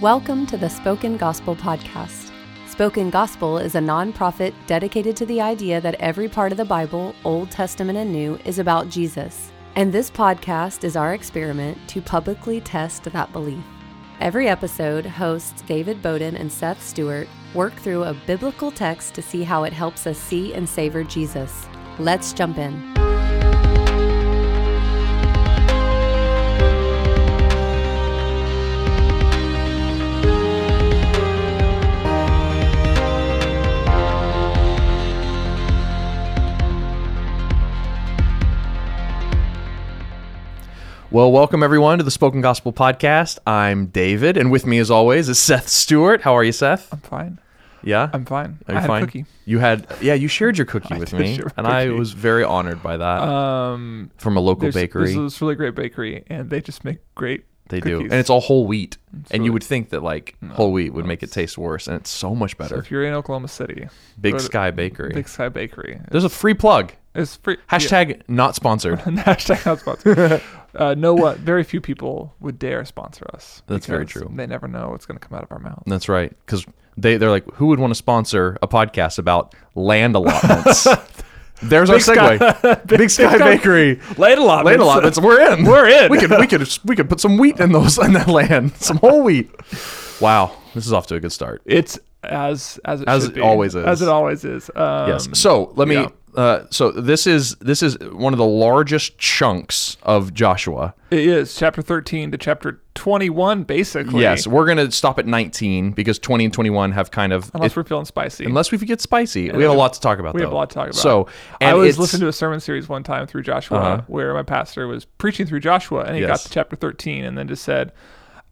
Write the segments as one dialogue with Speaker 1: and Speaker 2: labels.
Speaker 1: Welcome to the Spoken Gospel Podcast. Spoken Gospel is a nonprofit dedicated to the idea that every part of the Bible, Old Testament and New, is about Jesus. And this podcast is our experiment to publicly test that belief. Every episode, hosts David Bowden and Seth Stewart work through a biblical text to see how it helps us see and savor Jesus. Let's jump in.
Speaker 2: Well, welcome everyone to the Spoken Gospel Podcast. I'm David, and with me, as always, is Seth Stewart. How are you, Seth?
Speaker 3: I'm fine.
Speaker 2: Yeah,
Speaker 3: I'm fine.
Speaker 2: Are
Speaker 3: I
Speaker 2: you
Speaker 3: had
Speaker 2: fine?
Speaker 3: a cookie.
Speaker 2: You had, yeah, you shared your cookie
Speaker 3: I
Speaker 2: with
Speaker 3: did
Speaker 2: me,
Speaker 3: share my
Speaker 2: and I
Speaker 3: cookie.
Speaker 2: was very honored by that
Speaker 3: Um,
Speaker 2: from a local
Speaker 3: there's,
Speaker 2: bakery.
Speaker 3: There's this really great bakery, and they just make great.
Speaker 2: they do,
Speaker 3: cookies.
Speaker 2: and it's all whole wheat. and you
Speaker 3: really-
Speaker 2: would think that like whole wheat would make it taste worse, and it's so much
Speaker 3: So
Speaker 2: better.
Speaker 3: if you're in Oklahoma City,
Speaker 2: Big
Speaker 3: go to
Speaker 2: Sky Bakery.
Speaker 3: Big Sky Bakery.
Speaker 2: There's a free plug.
Speaker 3: It's free.
Speaker 2: Hashtag not sponsored.
Speaker 3: yeah. hashtag not sponsored. uh, no, what? Very few people would dare sponsor us.
Speaker 2: That's very
Speaker 3: because
Speaker 2: true.
Speaker 3: They never know what's going to come out of our mouth.
Speaker 2: That's right, because they they're like, who would want to sponsor a podcast about land allotments? There's our segue. Big, Sky
Speaker 3: Sky-
Speaker 2: Bakery.
Speaker 3: Late a lot.
Speaker 2: Land allotments. We're in.
Speaker 3: We're in.
Speaker 2: We could we could we could put some wheat in those in that land. Some whole wheat. Wow, this is off to a good start.
Speaker 3: It's as as it
Speaker 2: As
Speaker 3: should
Speaker 2: it
Speaker 3: be.
Speaker 2: always is.
Speaker 3: As it always is. Um,
Speaker 2: Yes. so let me.
Speaker 3: yeah.
Speaker 2: Uh, so this is this is one of the largest chunks of Joshua.
Speaker 3: It is chapter 13 to chapter 21, basically.
Speaker 2: Yes, we're gonna stop at 19 because 20 and 21 have kind of
Speaker 3: Unless
Speaker 2: it-
Speaker 3: we're feeling spicy.
Speaker 2: unless we get spicy. we have a lot to talk about.
Speaker 3: We have
Speaker 2: though.
Speaker 3: a lot to talk about.
Speaker 2: So
Speaker 3: I
Speaker 2: and
Speaker 3: was
Speaker 2: it's- Uh-huh.
Speaker 3: listening to a sermon series one time through Joshua where my pastor was preaching through Joshua and he got
Speaker 2: Yes.
Speaker 3: to chapter 13 and then just said,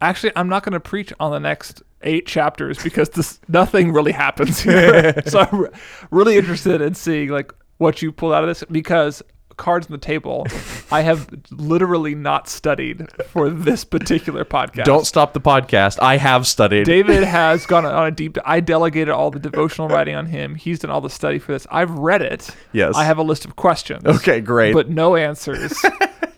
Speaker 3: Actually, I'm not going to preach on the next eight chapters because this nothing really happens here. so I'm re- really interested in seeing like what you pull out of this because cards on the table, I have literally not studied for this particular podcast.
Speaker 2: Don't stop the podcast. I have studied.
Speaker 3: David has gone on a deep. I delegated all the devotional writing on him. He's done all the study for this. I've read it.
Speaker 2: Yes.
Speaker 3: I have a list of questions.
Speaker 2: Okay, great.
Speaker 3: But no answers,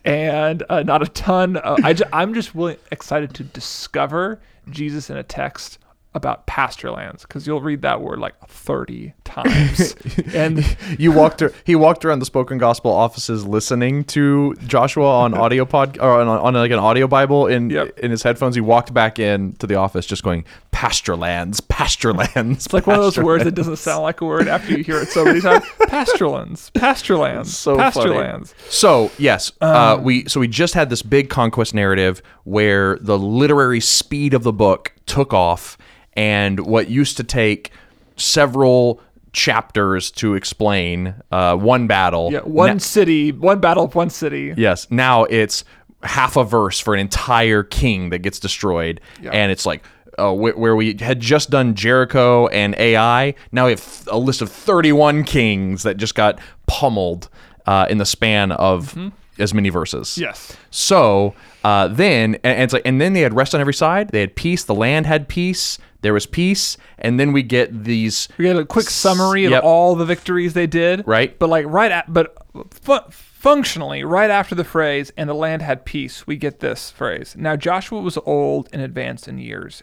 Speaker 3: and uh, not a ton. Of, I ju- I'm just willing, excited to discover Jesus in a text about pasture lands because you'll read that word like 30 times, and
Speaker 2: you walked ar- he walked around the spoken gospel offices listening to Joshua on audio pod or on, on like an audio bible in
Speaker 3: Yep.
Speaker 2: in his headphones he walked back in to the office just going pasture lands pasture lands
Speaker 3: It's like one of those words that doesn't sound like a word after you hear it so many times. Pasture lands, pasture lands,
Speaker 2: so
Speaker 3: pasture
Speaker 2: funny.
Speaker 3: lands.
Speaker 2: So yes, uh, we so we just had this big conquest narrative where the literary speed of the book took off, and what used to take several chapters to explain uh, one battle,
Speaker 3: Yeah, one
Speaker 2: na-
Speaker 3: city, one battle, one city.
Speaker 2: Yes. Now it's half a verse for an entire king that gets destroyed, and it's like uh, wh- where we had just done Jericho and AI. Now we have th- a list of thirty-one kings that just got pummeled uh, in the span of
Speaker 3: Mm-hmm.
Speaker 2: as many verses.
Speaker 3: Yes.
Speaker 2: So uh, then, and, and it's like, and then they had rest on every side. They had peace. The land had peace. There was peace, and then we get these.
Speaker 3: We get a quick summary
Speaker 2: Yep.
Speaker 3: of all the victories they did.
Speaker 2: Right.
Speaker 3: But like right at but fu- functionally right after the phrase and the land had peace, we get this phrase. Now Joshua was old and advanced in years.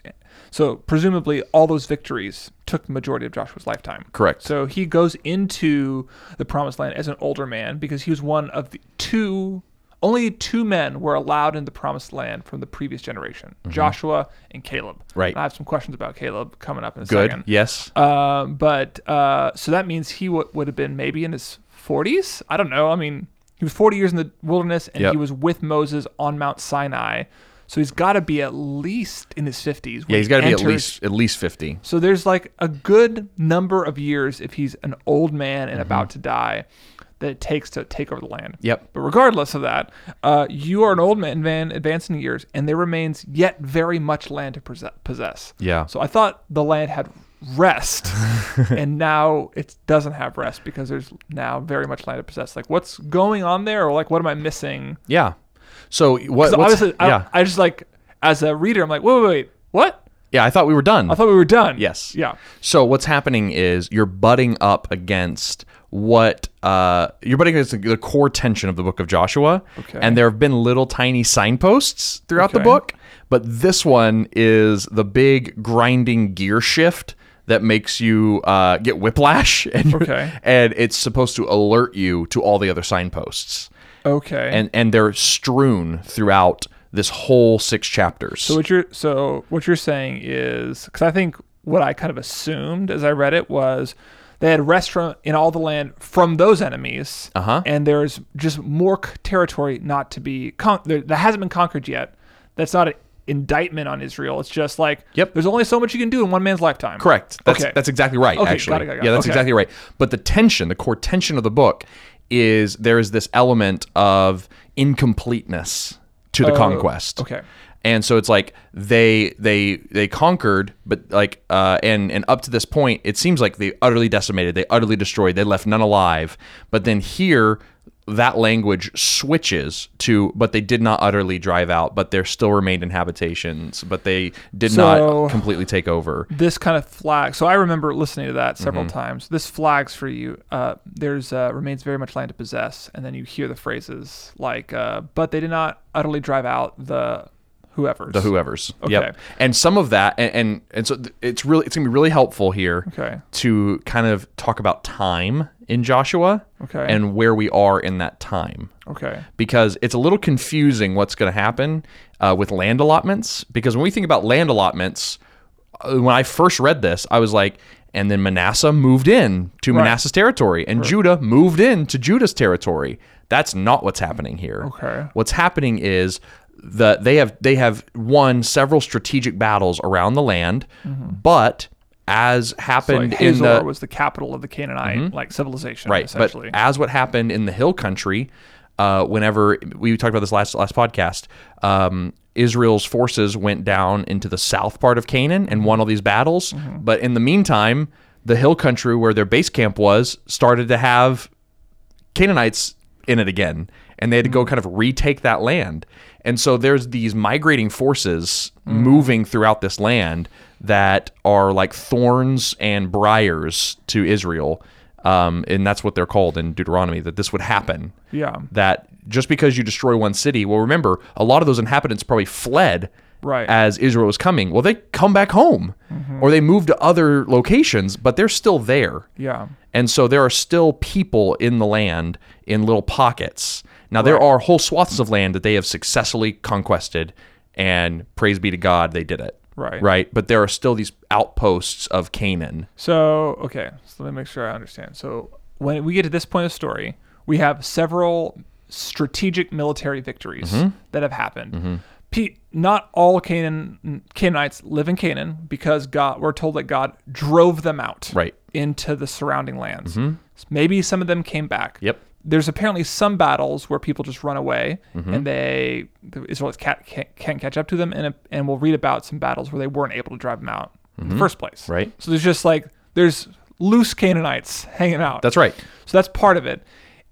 Speaker 3: So presumably all those victories took the majority of Joshua's lifetime.
Speaker 2: Correct.
Speaker 3: So he goes into the promised land as an older man because he was one of the two only two men were allowed in the promised land from the previous generation, Joshua and Caleb.
Speaker 2: Mm-hmm. Right.
Speaker 3: I have some questions about Caleb coming up in a
Speaker 2: Good.
Speaker 3: second.
Speaker 2: Yes.
Speaker 3: Um, but uh, so that means he w- would have been maybe in his 40s. I don't know. I mean, he was 40 years in the wilderness and
Speaker 2: Yep.
Speaker 3: he was with Moses on Mount Sinai. So he's got to be at least in his 50s.
Speaker 2: Yeah,
Speaker 3: when
Speaker 2: he's
Speaker 3: he
Speaker 2: got to be at
Speaker 3: enters-
Speaker 2: least at least fifty.
Speaker 3: So there's like a good number of years if he's an old man
Speaker 2: Mm-hmm.
Speaker 3: and about to die that it takes to take over the land.
Speaker 2: Yep.
Speaker 3: But regardless of that, uh, you are an old man, man advancing in years, and there remains yet very much land to pose- possess.
Speaker 2: Yeah.
Speaker 3: So I thought the land had rest, and now it doesn't have rest because there's now very much land to possess. Like, what's going on there, or like, what am I missing?
Speaker 2: Yeah. So what?
Speaker 3: 'Cause
Speaker 2: Uh, what's-
Speaker 3: obviously, I,
Speaker 2: yeah.
Speaker 3: I just like as a reader, I'm like, wait, wait, wait, what?
Speaker 2: Yeah, I thought we were done.
Speaker 3: I thought we were done.
Speaker 2: yes.
Speaker 3: Yeah.
Speaker 2: So what's happening is you're butting up against what uh, you're butting against the- the core tension of the Book of Joshua,
Speaker 3: Okay.
Speaker 2: and there have been little tiny signposts throughout the
Speaker 3: Okay.
Speaker 2: book, But this one is the big grinding gear shift that makes you uh, get whiplash, and
Speaker 3: Okay.
Speaker 2: and it's supposed to alert you to all the other signposts,
Speaker 3: Okay.
Speaker 2: and and they're strewn throughout this whole six chapters.
Speaker 3: So what you're so what you're saying is because I think what I kind of assumed as I read it was they had restaurant in all the land from those enemies,
Speaker 2: Uh-huh.
Speaker 3: and there's just more c- territory not to be con- there, that hasn't been conquered yet. That's not an indictment on Israel. It's just like
Speaker 2: Yep.
Speaker 3: there's only so much you can do in one man's lifetime.
Speaker 2: Correct. That's
Speaker 3: Okay.
Speaker 2: that's exactly right.
Speaker 3: Okay,
Speaker 2: actually,
Speaker 3: got it, got it, got
Speaker 2: yeah,
Speaker 3: it.
Speaker 2: that's
Speaker 3: Okay.
Speaker 2: exactly right. But the tension, the core tension of the book, is there is this element of incompleteness to the conquest.
Speaker 3: Oh, okay.
Speaker 2: And so it's like they they they conquered, but like uh, and and up to this point, it seems like they utterly decimated, they utterly destroyed, they left none alive. But then here, that language switches to, but they did not utterly drive out, but there still remained in habitations, but they did
Speaker 3: So-
Speaker 2: not completely take over.
Speaker 3: this kind of flag. So I remember listening to that several
Speaker 2: Mm-hmm.
Speaker 3: times. This flags for you. Uh, there's uh, remains very much land to possess, and then you hear the phrases like, uh, "But they did not utterly drive out the whoever's."
Speaker 2: the whoever's.
Speaker 3: Okay.
Speaker 2: Yep. And some of that, and and, and so th- it's really it's gonna be really helpful here.
Speaker 3: Okay.
Speaker 2: To kind of talk about time in Joshua.
Speaker 3: Okay.
Speaker 2: And where we are in that time.
Speaker 3: Okay.
Speaker 2: Because it's a little confusing what's going to happen uh, with land allotments. Because when we think about land allotments, uh, when I first read this, I was like, and then Manasseh moved in to Manasseh's territory, and Judah moved in to Judah's territory. That's not what's happening here.
Speaker 3: Okay.
Speaker 2: What's happening is that they have they have won several strategic battles around the land, but as happened
Speaker 3: Mm-hmm. Like
Speaker 2: in
Speaker 3: Hazor
Speaker 2: the Mm-hmm.
Speaker 3: was the capital of the Canaanite like civilization,
Speaker 2: right, but
Speaker 3: Essentially.
Speaker 2: as what happened in the hill country, uh, whenever we talked about this last last podcast, um, Israel's forces went down into the south part of Canaan and won all these battles. But in the meantime, the hill country where their base camp was started to have Canaanites in it again, and they had to
Speaker 3: Mm.
Speaker 2: go kind of retake that land. And so there's these migrating forces
Speaker 3: Mm.
Speaker 2: moving throughout this land that are like thorns and briars to Israel. Um, and that's what they're called in Deuteronomy that this would happen.
Speaker 3: yeah.
Speaker 2: That just because you destroy one city, well, remember, a lot of those inhabitants probably fled
Speaker 3: Right. Mm-hmm.
Speaker 2: as Israel was coming. Well, they come back home or they move to other locations, but they're still there.
Speaker 3: Yeah.
Speaker 2: And so there are still people in the land in little pockets. Now, there are whole swaths of land that they have successfully conquested, and praise be to God, they did it.
Speaker 3: Right.
Speaker 2: Right. But there are still these outposts of Canaan.
Speaker 3: So, okay, so let me make sure I understand. So, when we get to this point of the story, we have several strategic military victories
Speaker 2: Mm-hmm.
Speaker 3: that have happened. Pete, not all Canaan Canaanites live in Canaan because God. We're told that God drove them out
Speaker 2: Right. Mm-hmm.
Speaker 3: into the surrounding lands. Maybe some of them came back.
Speaker 2: Yep.
Speaker 3: There's apparently some battles where people just run away
Speaker 2: Mm-hmm.
Speaker 3: and they the Israelites can't, can't, can't catch up to them, and and we'll read about some battles where they weren't able to drive them out in the first place.
Speaker 2: Mm-hmm. Right.
Speaker 3: So there's just like there's loose Canaanites hanging out.
Speaker 2: That's right.
Speaker 3: So that's part of it.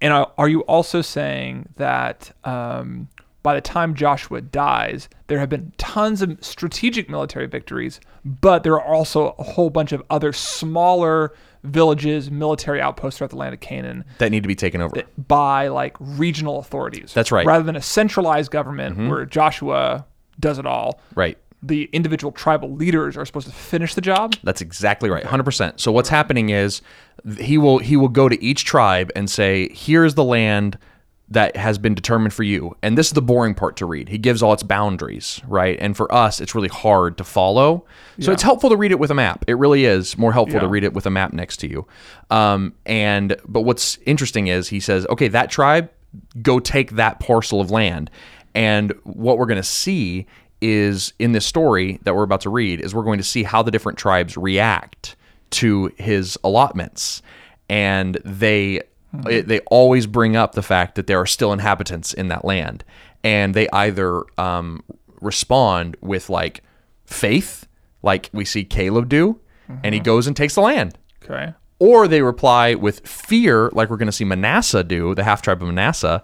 Speaker 3: And are are you also saying that um, by the time Joshua dies, there have been tons of strategic military victories, but there are also a whole bunch of other smaller villages, military outposts throughout the land of Canaan
Speaker 2: That need to be taken over.
Speaker 3: by like regional authorities.
Speaker 2: That's right. Mm-hmm.
Speaker 3: Rather than a centralized government where Joshua does it all.
Speaker 2: Right.
Speaker 3: The individual tribal leaders are supposed to finish the job.
Speaker 2: That's exactly right. 100%. So what's happening is th- he will he will go to each tribe and say, "Here's the land that has been determined for you." And this is the boring part to read. He gives all its boundaries, right? And for us, it's really hard to follow. So it's helpful to read it with a map. It really is more helpful to
Speaker 3: Yeah.
Speaker 2: read it with a map next to you. Um, and but what's interesting is he says, "Okay, that tribe go take that parcel of land." And what we're going to see is in this story that we're about to read is we're going to see how the different tribes react to his allotments, and they it- they always bring up the fact that there are still inhabitants in that land, and they either um, respond with like faith, like we see Caleb do, and he goes and takes the land
Speaker 3: Okay.
Speaker 2: or they reply with fear, like we're going to see Manasseh do, the half tribe of Manasseh,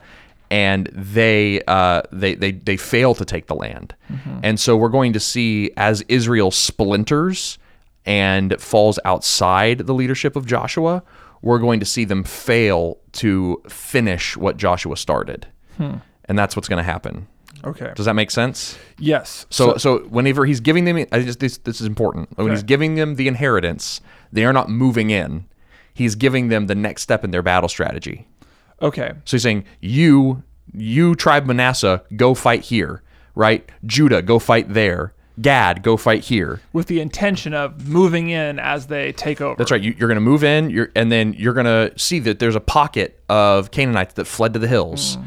Speaker 2: and they uh, they they they fail to take the land, and so we're going to see as Israel splinters and falls outside the leadership of Joshua, we're going to see them fail to finish what Joshua started, and that's what's going to happen.
Speaker 3: Okay.
Speaker 2: Does that make sense?
Speaker 3: Yes.
Speaker 2: So, so, whenever he's giving them, I just this this is important. When he's
Speaker 3: Okay.
Speaker 2: giving them the inheritance, they are not moving in. He's giving them the next step in their battle strategy.
Speaker 3: okay.
Speaker 2: So he's saying, you, you tribe Manasseh, go fight here, right? Judah, go fight there. Gad, go fight here.
Speaker 3: With the intention of moving in as they take over.
Speaker 2: That's right. You, you're going to move in, you're, and then you're going to see that there's a pocket of Canaanites that fled to the hills.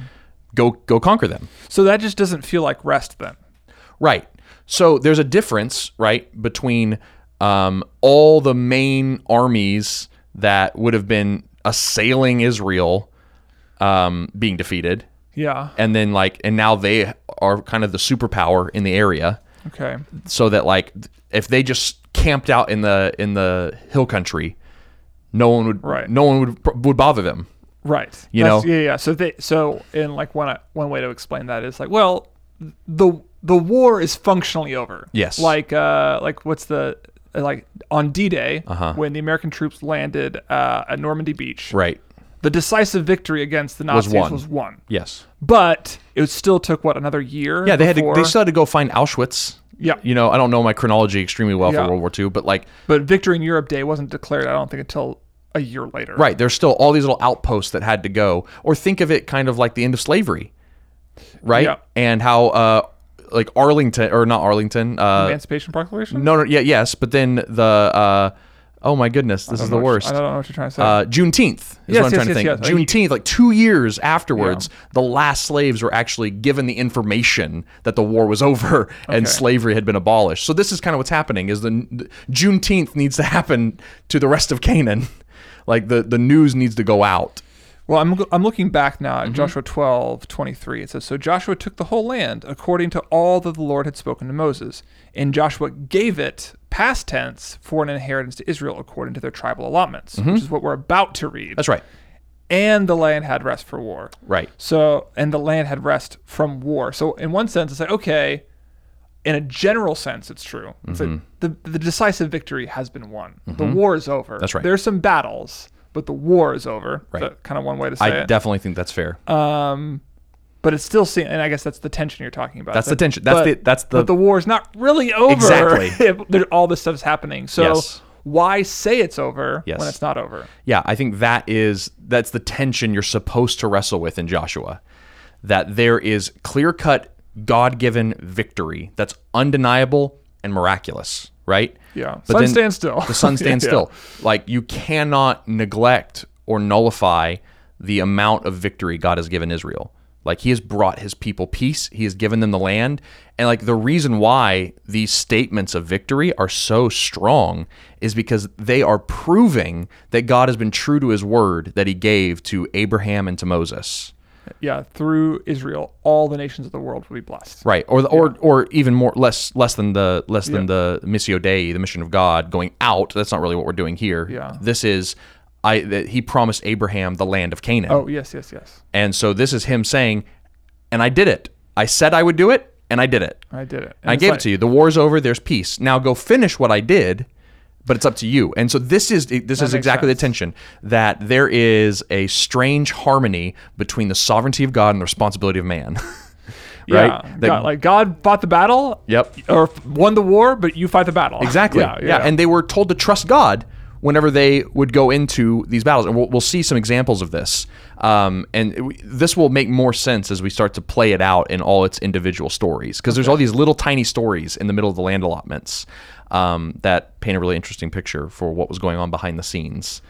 Speaker 2: Go, go conquer them.
Speaker 3: So that just doesn't feel like rest then.
Speaker 2: Right. So there's a difference, right, between um, all the main armies that would have been assailing Israel um, being defeated,
Speaker 3: Yeah.
Speaker 2: and then like, and now they are kind of the superpower in the area.
Speaker 3: Okay.
Speaker 2: So that like, if they just camped out in the in the hill country, no one would
Speaker 3: Right.
Speaker 2: no one would would bother them.
Speaker 3: Right.
Speaker 2: You
Speaker 3: That's-
Speaker 2: know?
Speaker 3: Yeah, yeah. So they so in like one one way to explain that is like well, the the war is functionally over.
Speaker 2: Yes.
Speaker 3: Like uh like what's the like on D-Day when the American troops landed uh, at Normandy Beach.
Speaker 2: Uh-huh. Right.
Speaker 3: The decisive victory against the Nazis
Speaker 2: won.
Speaker 3: was won.
Speaker 2: Yes.
Speaker 3: But it still took what another year.
Speaker 2: Yeah, they had to,
Speaker 3: before-
Speaker 2: they still had to go find Auschwitz.
Speaker 3: Yeah.
Speaker 2: You know, I don't know my chronology extremely well
Speaker 3: Yeah.
Speaker 2: for World War II, but like
Speaker 3: But Victory in Europe Day wasn't declared I don't think until a year later.
Speaker 2: Right. There's still all these little outposts that had to go. Or think of it kind of like the end of slavery, right?
Speaker 3: Yeah.
Speaker 2: And how, uh, like Arlington or not Arlington? Uh,
Speaker 3: Emancipation Proclamation?
Speaker 2: no, no, yeah, yes. But then the, uh, oh my goodness, this is the worst.
Speaker 3: I don't know what you're trying to say.
Speaker 2: Uh, Juneteenth is what
Speaker 3: Yes,
Speaker 2: I'm
Speaker 3: yes,
Speaker 2: trying to think.
Speaker 3: yes, yes.
Speaker 2: Juneteenth, like two years afterwards, the last slaves were actually given the information that the war was over and
Speaker 3: Okay.
Speaker 2: slavery had been abolished. So this is kind of what's happening: is the, the Juneteenth needs to happen to the rest of Canaan, like the the news needs to go out.
Speaker 3: Well, I'm, I'm looking back now
Speaker 2: Mhm.
Speaker 3: at Joshua 12, 23. It says, So Joshua took the whole land according to all that the Lord had spoken to Moses. And Joshua gave it, past tense, for an inheritance to Israel according to their tribal allotments, which is what we're about to read.
Speaker 2: Mhm. That's right.
Speaker 3: And the land had rest for war.
Speaker 2: Right.
Speaker 3: So, and the land had rest from war. So, in one sense, it's like, okay, in a general sense, it's true. It's
Speaker 2: Mm-hmm.
Speaker 3: like the, the decisive victory has been won. The war is over.
Speaker 2: That's right.
Speaker 3: There's some battles, but the war is over.
Speaker 2: Right.
Speaker 3: kind of one way to say
Speaker 2: I
Speaker 3: it.
Speaker 2: definitely think that's fair.
Speaker 3: but it's still seen and i guess that's the tension you're talking about
Speaker 2: That's the tension. That's the- that's the-
Speaker 3: but the war's not really over
Speaker 2: Exactly.
Speaker 3: if there- all this stuff's happening so
Speaker 2: Yes.
Speaker 3: why say it's over
Speaker 2: Yes.
Speaker 3: when it's not over
Speaker 2: yeah, I think that is that's the tension you're supposed to wrestle with in Joshua. That there is clear-cut God-given victory that's undeniable and miraculous, right?
Speaker 3: Yeah. Sun
Speaker 2: then
Speaker 3: stands still.
Speaker 2: The sun stands
Speaker 3: Yeah.
Speaker 2: still. Like you cannot neglect or nullify the amount of victory God has given Israel. Like he has brought his people peace, he has given them the land, and like the reason why these statements of victory are so strong is because they are proving that God has been true to his word that he gave to Abraham and to Moses.
Speaker 3: yeah through israel all the nations of the world will be blessed
Speaker 2: Right, or the, or or even more less less than the less than the missio dei, the mission of God going out. That's not really what we're doing here.
Speaker 3: Yeah.
Speaker 2: this is I that he promised Abraham the land of Canaan,
Speaker 3: oh yes yes yes
Speaker 2: and so this is him saying, and I did it. I said I would do it, and I did it.
Speaker 3: i did it
Speaker 2: I gave it to you. The war's over. There's peace. Now go finish what I did, but it's up to you. And so this is this is
Speaker 3: makes
Speaker 2: exactly the tension that there is a strange harmony between the sovereignty of God and the responsibility of man. right?
Speaker 3: yeah.
Speaker 2: That-
Speaker 3: God, like god fought the battle
Speaker 2: Yep.
Speaker 3: or won the war but you fight the battle
Speaker 2: Exactly.
Speaker 3: yeah,
Speaker 2: Yeah, And they were told to trust God whenever they would go into these battles. And we'll, we'll see some examples of this. Um, and it- we- this will make more sense as we start to play it out in all its individual stories. Because there's all these little tiny stories in the middle of the land allotments um, that paint a really interesting picture for what was going on behind the scenes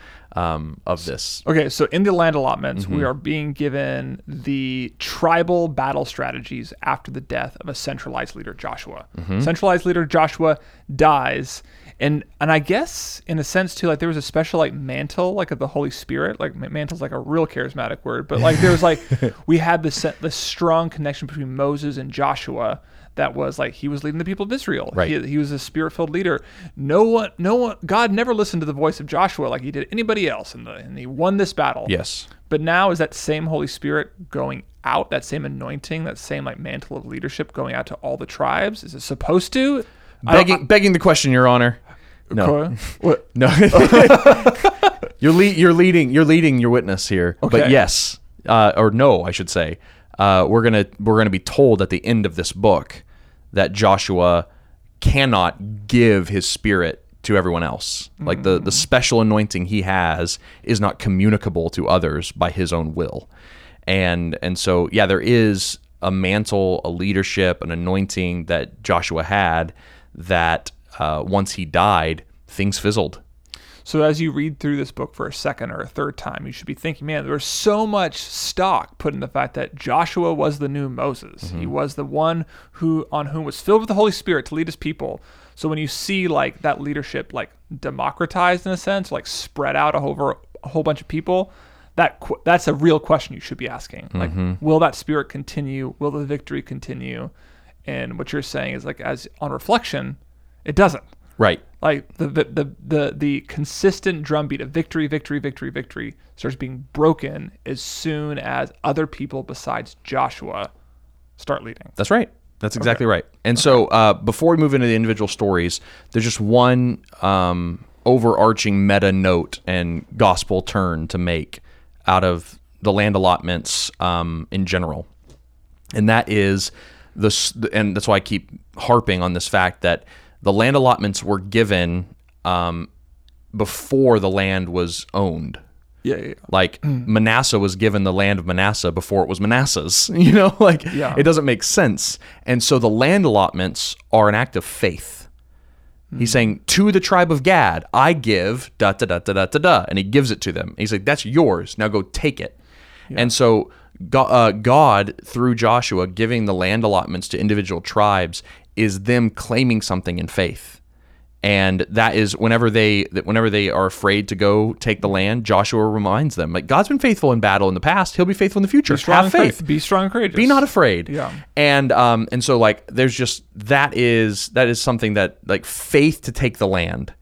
Speaker 2: um, of this.
Speaker 3: Okay, so in the land allotments, we
Speaker 2: Mm-hmm.
Speaker 3: are being given the tribal battle strategies after the death of a centralized leader, Joshua.
Speaker 2: Mm-hmm.
Speaker 3: Centralized leader Joshua dies, and and I guess in a sense too, like there was a special like mantle, like of the Holy Spirit. Like ma- mantle's like a real charismatic word, but like there was like we had this sen- this strong connection between Moses and Joshua. That was like he was leading the people of Israel.
Speaker 2: Right.
Speaker 3: He, he was a spirit-filled leader. No one, no one. God never listened to the voice of Joshua like he did anybody else, and the, and he won this battle.
Speaker 2: Yes.
Speaker 3: But now is that same Holy Spirit going out? That same anointing, that same like mantle of leadership going out to all the tribes? Is it supposed to? I don't-
Speaker 2: Begging, begging the question, Your Honor. No.
Speaker 3: Cora? What?
Speaker 2: No, you're le- you're leading you're leading your witness here.
Speaker 3: Okay.
Speaker 2: But yes, uh, or no, I should say. uh, we're gonna we're gonna be told at the end of this book that Joshua cannot give his spirit to everyone else. Like the the special anointing he has is not communicable to others by his own will. And and so yeah, there is a mantle, a leadership, an anointing that Joshua had that uh, once he died, things fizzled.
Speaker 3: So as you read through this book for a second or a third time, you should be thinking, man, there was so much stock put in the fact that Joshua was the new Moses. He was the one who on whom was filled with the Holy Spirit to lead his people. So when you see like that leadership like democratized in a sense, like spread out over a whole bunch of people, that qu- that's a real question you should be asking. Like, will that spirit continue? Will the victory continue? And what you're saying is like, as on reflection, it doesn't
Speaker 2: Right.
Speaker 3: like the the the the, the consistent drumbeat of victory, victory, victory, victory starts being broken as soon as other people besides Joshua start leading.
Speaker 2: That's right. That's exactly right. And so, uh, before we move into the individual stories, there's just one um, overarching meta note and gospel turn to make out of the land allotments um, in general, and that is the s- and that's why I keep harping on this fact that the land allotments were given um, before the land was owned.
Speaker 3: Yeah, yeah.
Speaker 2: Like Manasseh was given the land of Manasseh before it was Manasseh's. You know, like
Speaker 3: Yeah.
Speaker 2: it doesn't make sense. And so the land allotments are an act of faith. He's saying to the tribe of Gad, I give da da da da da da da, and he gives it to them. And he's like, that's yours. Now go take it. And so Go- uh, God, through Joshua, giving the land allotments to individual tribes is them claiming something in faith and that is whenever they that whenever they are afraid to go take the land joshua reminds them like god's been faithful in battle in the past he'll be faithful in the future have
Speaker 3: and cour-
Speaker 2: faith
Speaker 3: Be strong and courageous.
Speaker 2: be not afraid
Speaker 3: Yeah.
Speaker 2: and um and so like there's just that is that is something that like faith to take the land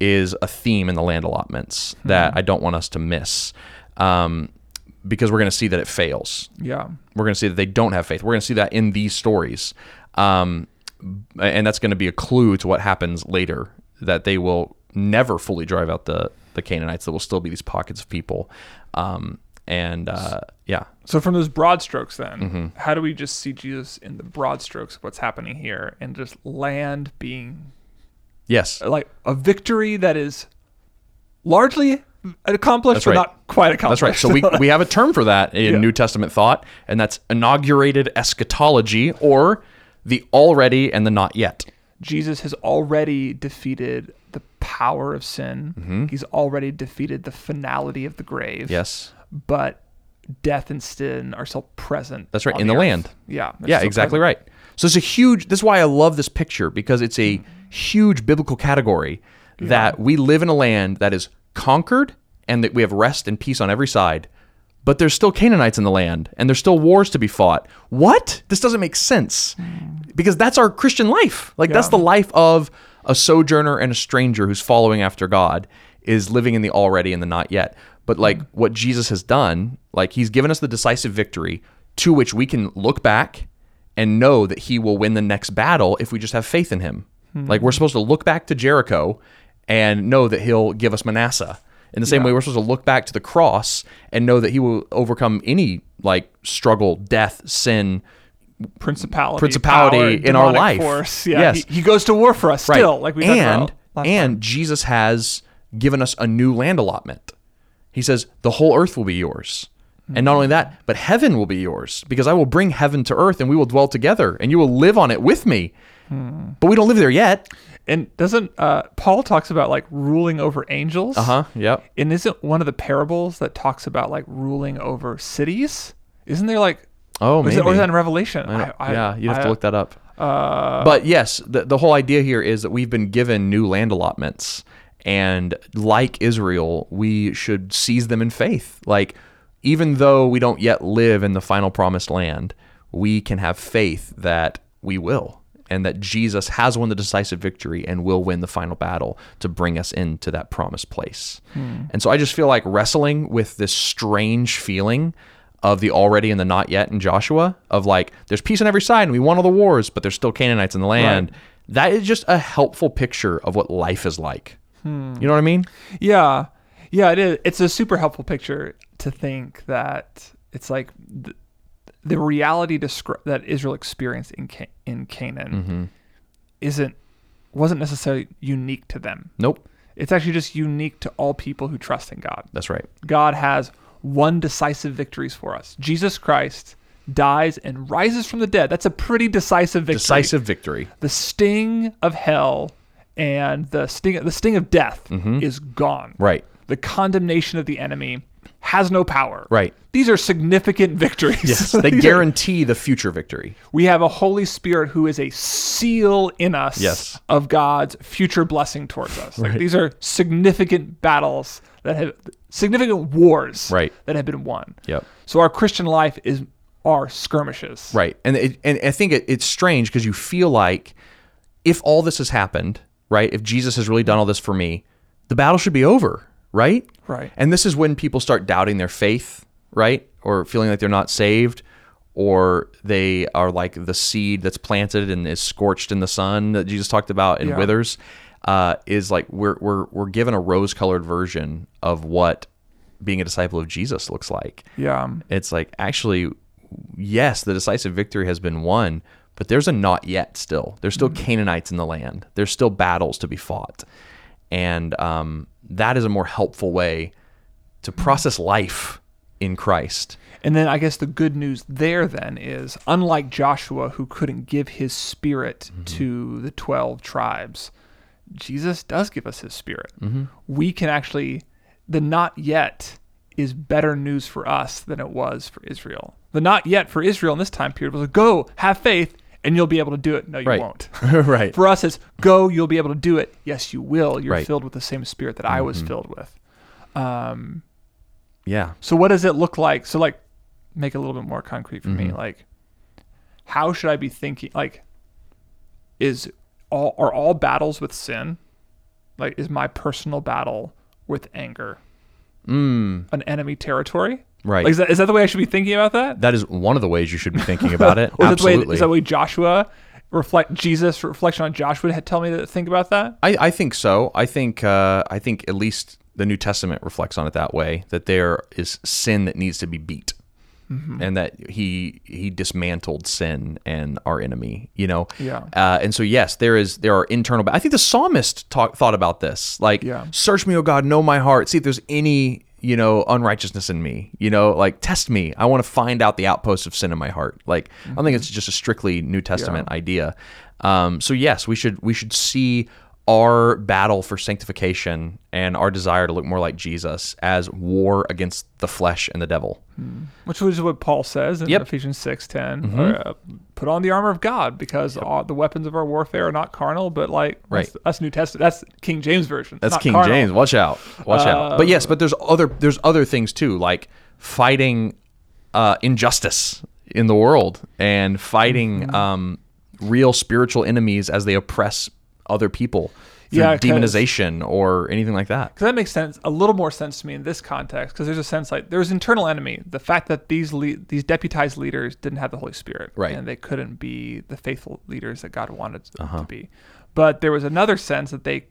Speaker 2: is a theme in the land allotments that i don't want us to miss um because we're going to see that it fails
Speaker 3: Yeah.
Speaker 2: we're going to see that they don't have faith. We're going to see that in these stories. Um, and that's going to be a clue to what happens later that they will never fully drive out the, the Canaanites. There will still be these pockets of people. Um, and uh, yeah.
Speaker 3: So from those broad strokes, then,
Speaker 2: Mm-hmm.
Speaker 3: how do we just see Jesus in the broad strokes of what's happening here, and just land being
Speaker 2: Yes.
Speaker 3: like a victory that is largely accomplished,
Speaker 2: That's right.
Speaker 3: but not quite
Speaker 2: That's
Speaker 3: accomplished.
Speaker 2: right. So we, we have a term for that in
Speaker 3: Yeah.
Speaker 2: New Testament thought, and that's inaugurated eschatology or the already and the not yet.
Speaker 3: Jesus has already defeated the power of sin. He's already defeated the finality of the grave.
Speaker 2: Mm-hmm. Yes.
Speaker 3: But death and sin are still present.
Speaker 2: That's right,
Speaker 3: on
Speaker 2: in the
Speaker 3: earth.
Speaker 2: land.
Speaker 3: Yeah. they're
Speaker 2: yeah,
Speaker 3: still
Speaker 2: exactly
Speaker 3: present.
Speaker 2: right. So it's a huge. That's why I love this picture because it's a huge biblical category that we live in a land that is conquered and that we have rest and peace on every side. But there's still Canaanites in the land and there's still wars to be fought. What? This doesn't make sense because that's our Christian life. Like that's the life of a sojourner and a stranger who's following after God is living in the already and the not yet. But like what Jesus has done, like he's given us the decisive victory to which we can look back and know that he will win the next battle if we just have faith in him.
Speaker 3: Hmm.
Speaker 2: Like we're supposed to look back to Jericho and know that he'll give us Manasseh. In the same way we're supposed to look back to the cross and know that he will overcome any like struggle, death, sin,
Speaker 3: Principality.
Speaker 2: Principality
Speaker 3: power,
Speaker 2: in our
Speaker 3: demonic
Speaker 2: life.
Speaker 3: Force. Yeah.
Speaker 2: Yes.
Speaker 3: He, he goes to war for us
Speaker 2: right?
Speaker 3: still, like we talked
Speaker 2: and
Speaker 3: about. last
Speaker 2: and Jesus has given us a new land allotment. He says the whole earth will be yours. And not only that, but heaven will be yours because I will bring heaven to earth and we will dwell together and you will live on it with me.
Speaker 3: Hmm.
Speaker 2: But we don't live there yet.
Speaker 3: And doesn't uh, Paul talks about like ruling over angels? Uh
Speaker 2: Huh? Uh-huh, Yep.
Speaker 3: And isn't one of the parables that talks about like ruling over cities? Isn't there like
Speaker 2: Oh,
Speaker 3: is it, or
Speaker 2: maybe.
Speaker 3: is that in Revelation? I- I-
Speaker 2: yeah, you'd have
Speaker 3: I- uh,
Speaker 2: to look that up. but yes, the, the whole idea here is that we've been given new land allotments, and like Israel, we should seize them in faith. Like, even though we don't yet live in the final promised land, we can have faith that we will, and that Jesus has won the decisive victory and will win the final battle to bring us into that promised place.
Speaker 3: Hmm.
Speaker 2: And so I just feel like wrestling with this strange feeling of the already and the not yet in Joshua of like there's peace on every side and we won all the wars, but there's still Canaanites in the land. That is just a helpful picture of what life is like. You know what I mean?
Speaker 3: Yeah, yeah, it is. It's a super helpful picture to think that it's like th- the reality descri- that Israel experienced in Ca- in Canaan
Speaker 2: Mm-hmm.
Speaker 3: isn't wasn't necessarily unique to them.
Speaker 2: Nope.
Speaker 3: It's actually just unique to all people who trust in God.
Speaker 2: That's right.
Speaker 3: God has won decisive victories for us. Jesus Christ dies and rises from the dead. That's a pretty decisive victory.
Speaker 2: Decisive victory.
Speaker 3: The sting of hell and the sting the sting of death is gone.
Speaker 2: Mm-hmm. Right.
Speaker 3: The condemnation of the enemy has no power.
Speaker 2: Right.
Speaker 3: These are significant victories.
Speaker 2: Yes. They
Speaker 3: These are-
Speaker 2: guarantee the future victory.
Speaker 3: we have a Holy Spirit who is a seal in us
Speaker 2: Yes.
Speaker 3: of God's future blessing towards us. Like these are significant battles that have significant wars
Speaker 2: Right.
Speaker 3: that have been won.
Speaker 2: Yep.
Speaker 3: So our Christian life is our skirmishes.
Speaker 2: Right. And it, and I think it, it's strange because you feel like if all this has happened, right, if Jesus has really done all this for me, the battle should be over, right?
Speaker 3: Right.
Speaker 2: And this is when people start doubting their faith, right? Or feeling like they're not saved or they are like the seed that's planted and is scorched in the sun that Jesus talked about and
Speaker 3: Yeah.
Speaker 2: withers uh, is like we're we're we're given a rose-colored version of what being a disciple of Jesus looks like
Speaker 3: Yeah.
Speaker 2: it's like actually yes the decisive victory has been won but there's a not yet still there's still
Speaker 3: Mm-hmm.
Speaker 2: canaanites in the land there's still battles to be fought and um, that is a more helpful way to
Speaker 3: Mm-hmm.
Speaker 2: process life in christ
Speaker 3: And then I guess the good news there then is unlike Joshua who couldn't give his spirit
Speaker 2: Mm-hmm.
Speaker 3: to the 12 tribes, Jesus does give us his spirit.
Speaker 2: Mm-hmm.
Speaker 3: We can actually, the not yet is better news for us than it was for Israel. The not yet for Israel in this time period was go, have faith, and you'll be able to do it. No, you
Speaker 2: Right.
Speaker 3: won't.
Speaker 2: right
Speaker 3: For us, it's go, you'll be able to do it. Yes, you will. You're
Speaker 2: Right. Mm-hmm.
Speaker 3: filled with the same spirit that I was filled with.
Speaker 2: yeah
Speaker 3: So what does it look like? So like make it a little bit more concrete for
Speaker 2: Mm-hmm.
Speaker 3: me. Like how should I be thinking like is all are all battles with sin? Like is my personal battle with anger an enemy territory?
Speaker 2: Mm. Right.
Speaker 3: Like, is, that, is that the way I should be thinking about that?
Speaker 2: that is one of the ways you should be thinking about it
Speaker 3: Or is that the way
Speaker 2: absolutely
Speaker 3: is that the way Joshua reflect Jesus reflection on Joshua had tell me to think about that?
Speaker 2: I, I think so. I think uh, I think at least the New Testament reflects on it that way that there is sin that needs to be beat,
Speaker 3: Mm-hmm.
Speaker 2: and that he he dismantled sin and our enemy. You know,
Speaker 3: Yeah.
Speaker 2: Uh, and so yes, there is there are internal. But I think the psalmist talk, thought about this. Like,
Speaker 3: Yeah.
Speaker 2: search me, O God, know my heart, see if there's any you know unrighteousness in me. You know, like test me. I want to find out the outposts of sin in my heart. Like, I
Speaker 3: Mm-hmm.
Speaker 2: don't think it's just a strictly New Testament idea. Um, so yes, we should we should see our battle for sanctification and our desire to look more like Jesus as war against the flesh and the devil.
Speaker 3: which is what Paul says in
Speaker 2: Yep. Mm-hmm.
Speaker 3: Ephesians six Uh, put on the armor of God because all, the weapons of our warfare are not carnal, but like
Speaker 2: Right.
Speaker 3: that's, that's New Testament. That's King James version.
Speaker 2: That's
Speaker 3: not
Speaker 2: King
Speaker 3: carnal. Uh,
Speaker 2: James. Watch out. Watch out. But yes, but there's other there's other things too, like fighting uh, injustice in the world and fighting
Speaker 3: Mm-hmm.
Speaker 2: um, real spiritual enemies as they oppress other people through
Speaker 3: Yeah, 'cause-
Speaker 2: demonization or anything like that.
Speaker 3: Because that makes sense, a little more sense to me in this context. Because there's a sense like there's internal enemy. The fact that these le- these deputized leaders didn't have the Holy Spirit,
Speaker 2: Right.
Speaker 3: and they couldn't be the faithful leaders that God wanted them
Speaker 2: Uh-huh.
Speaker 3: to be. But there was another sense that they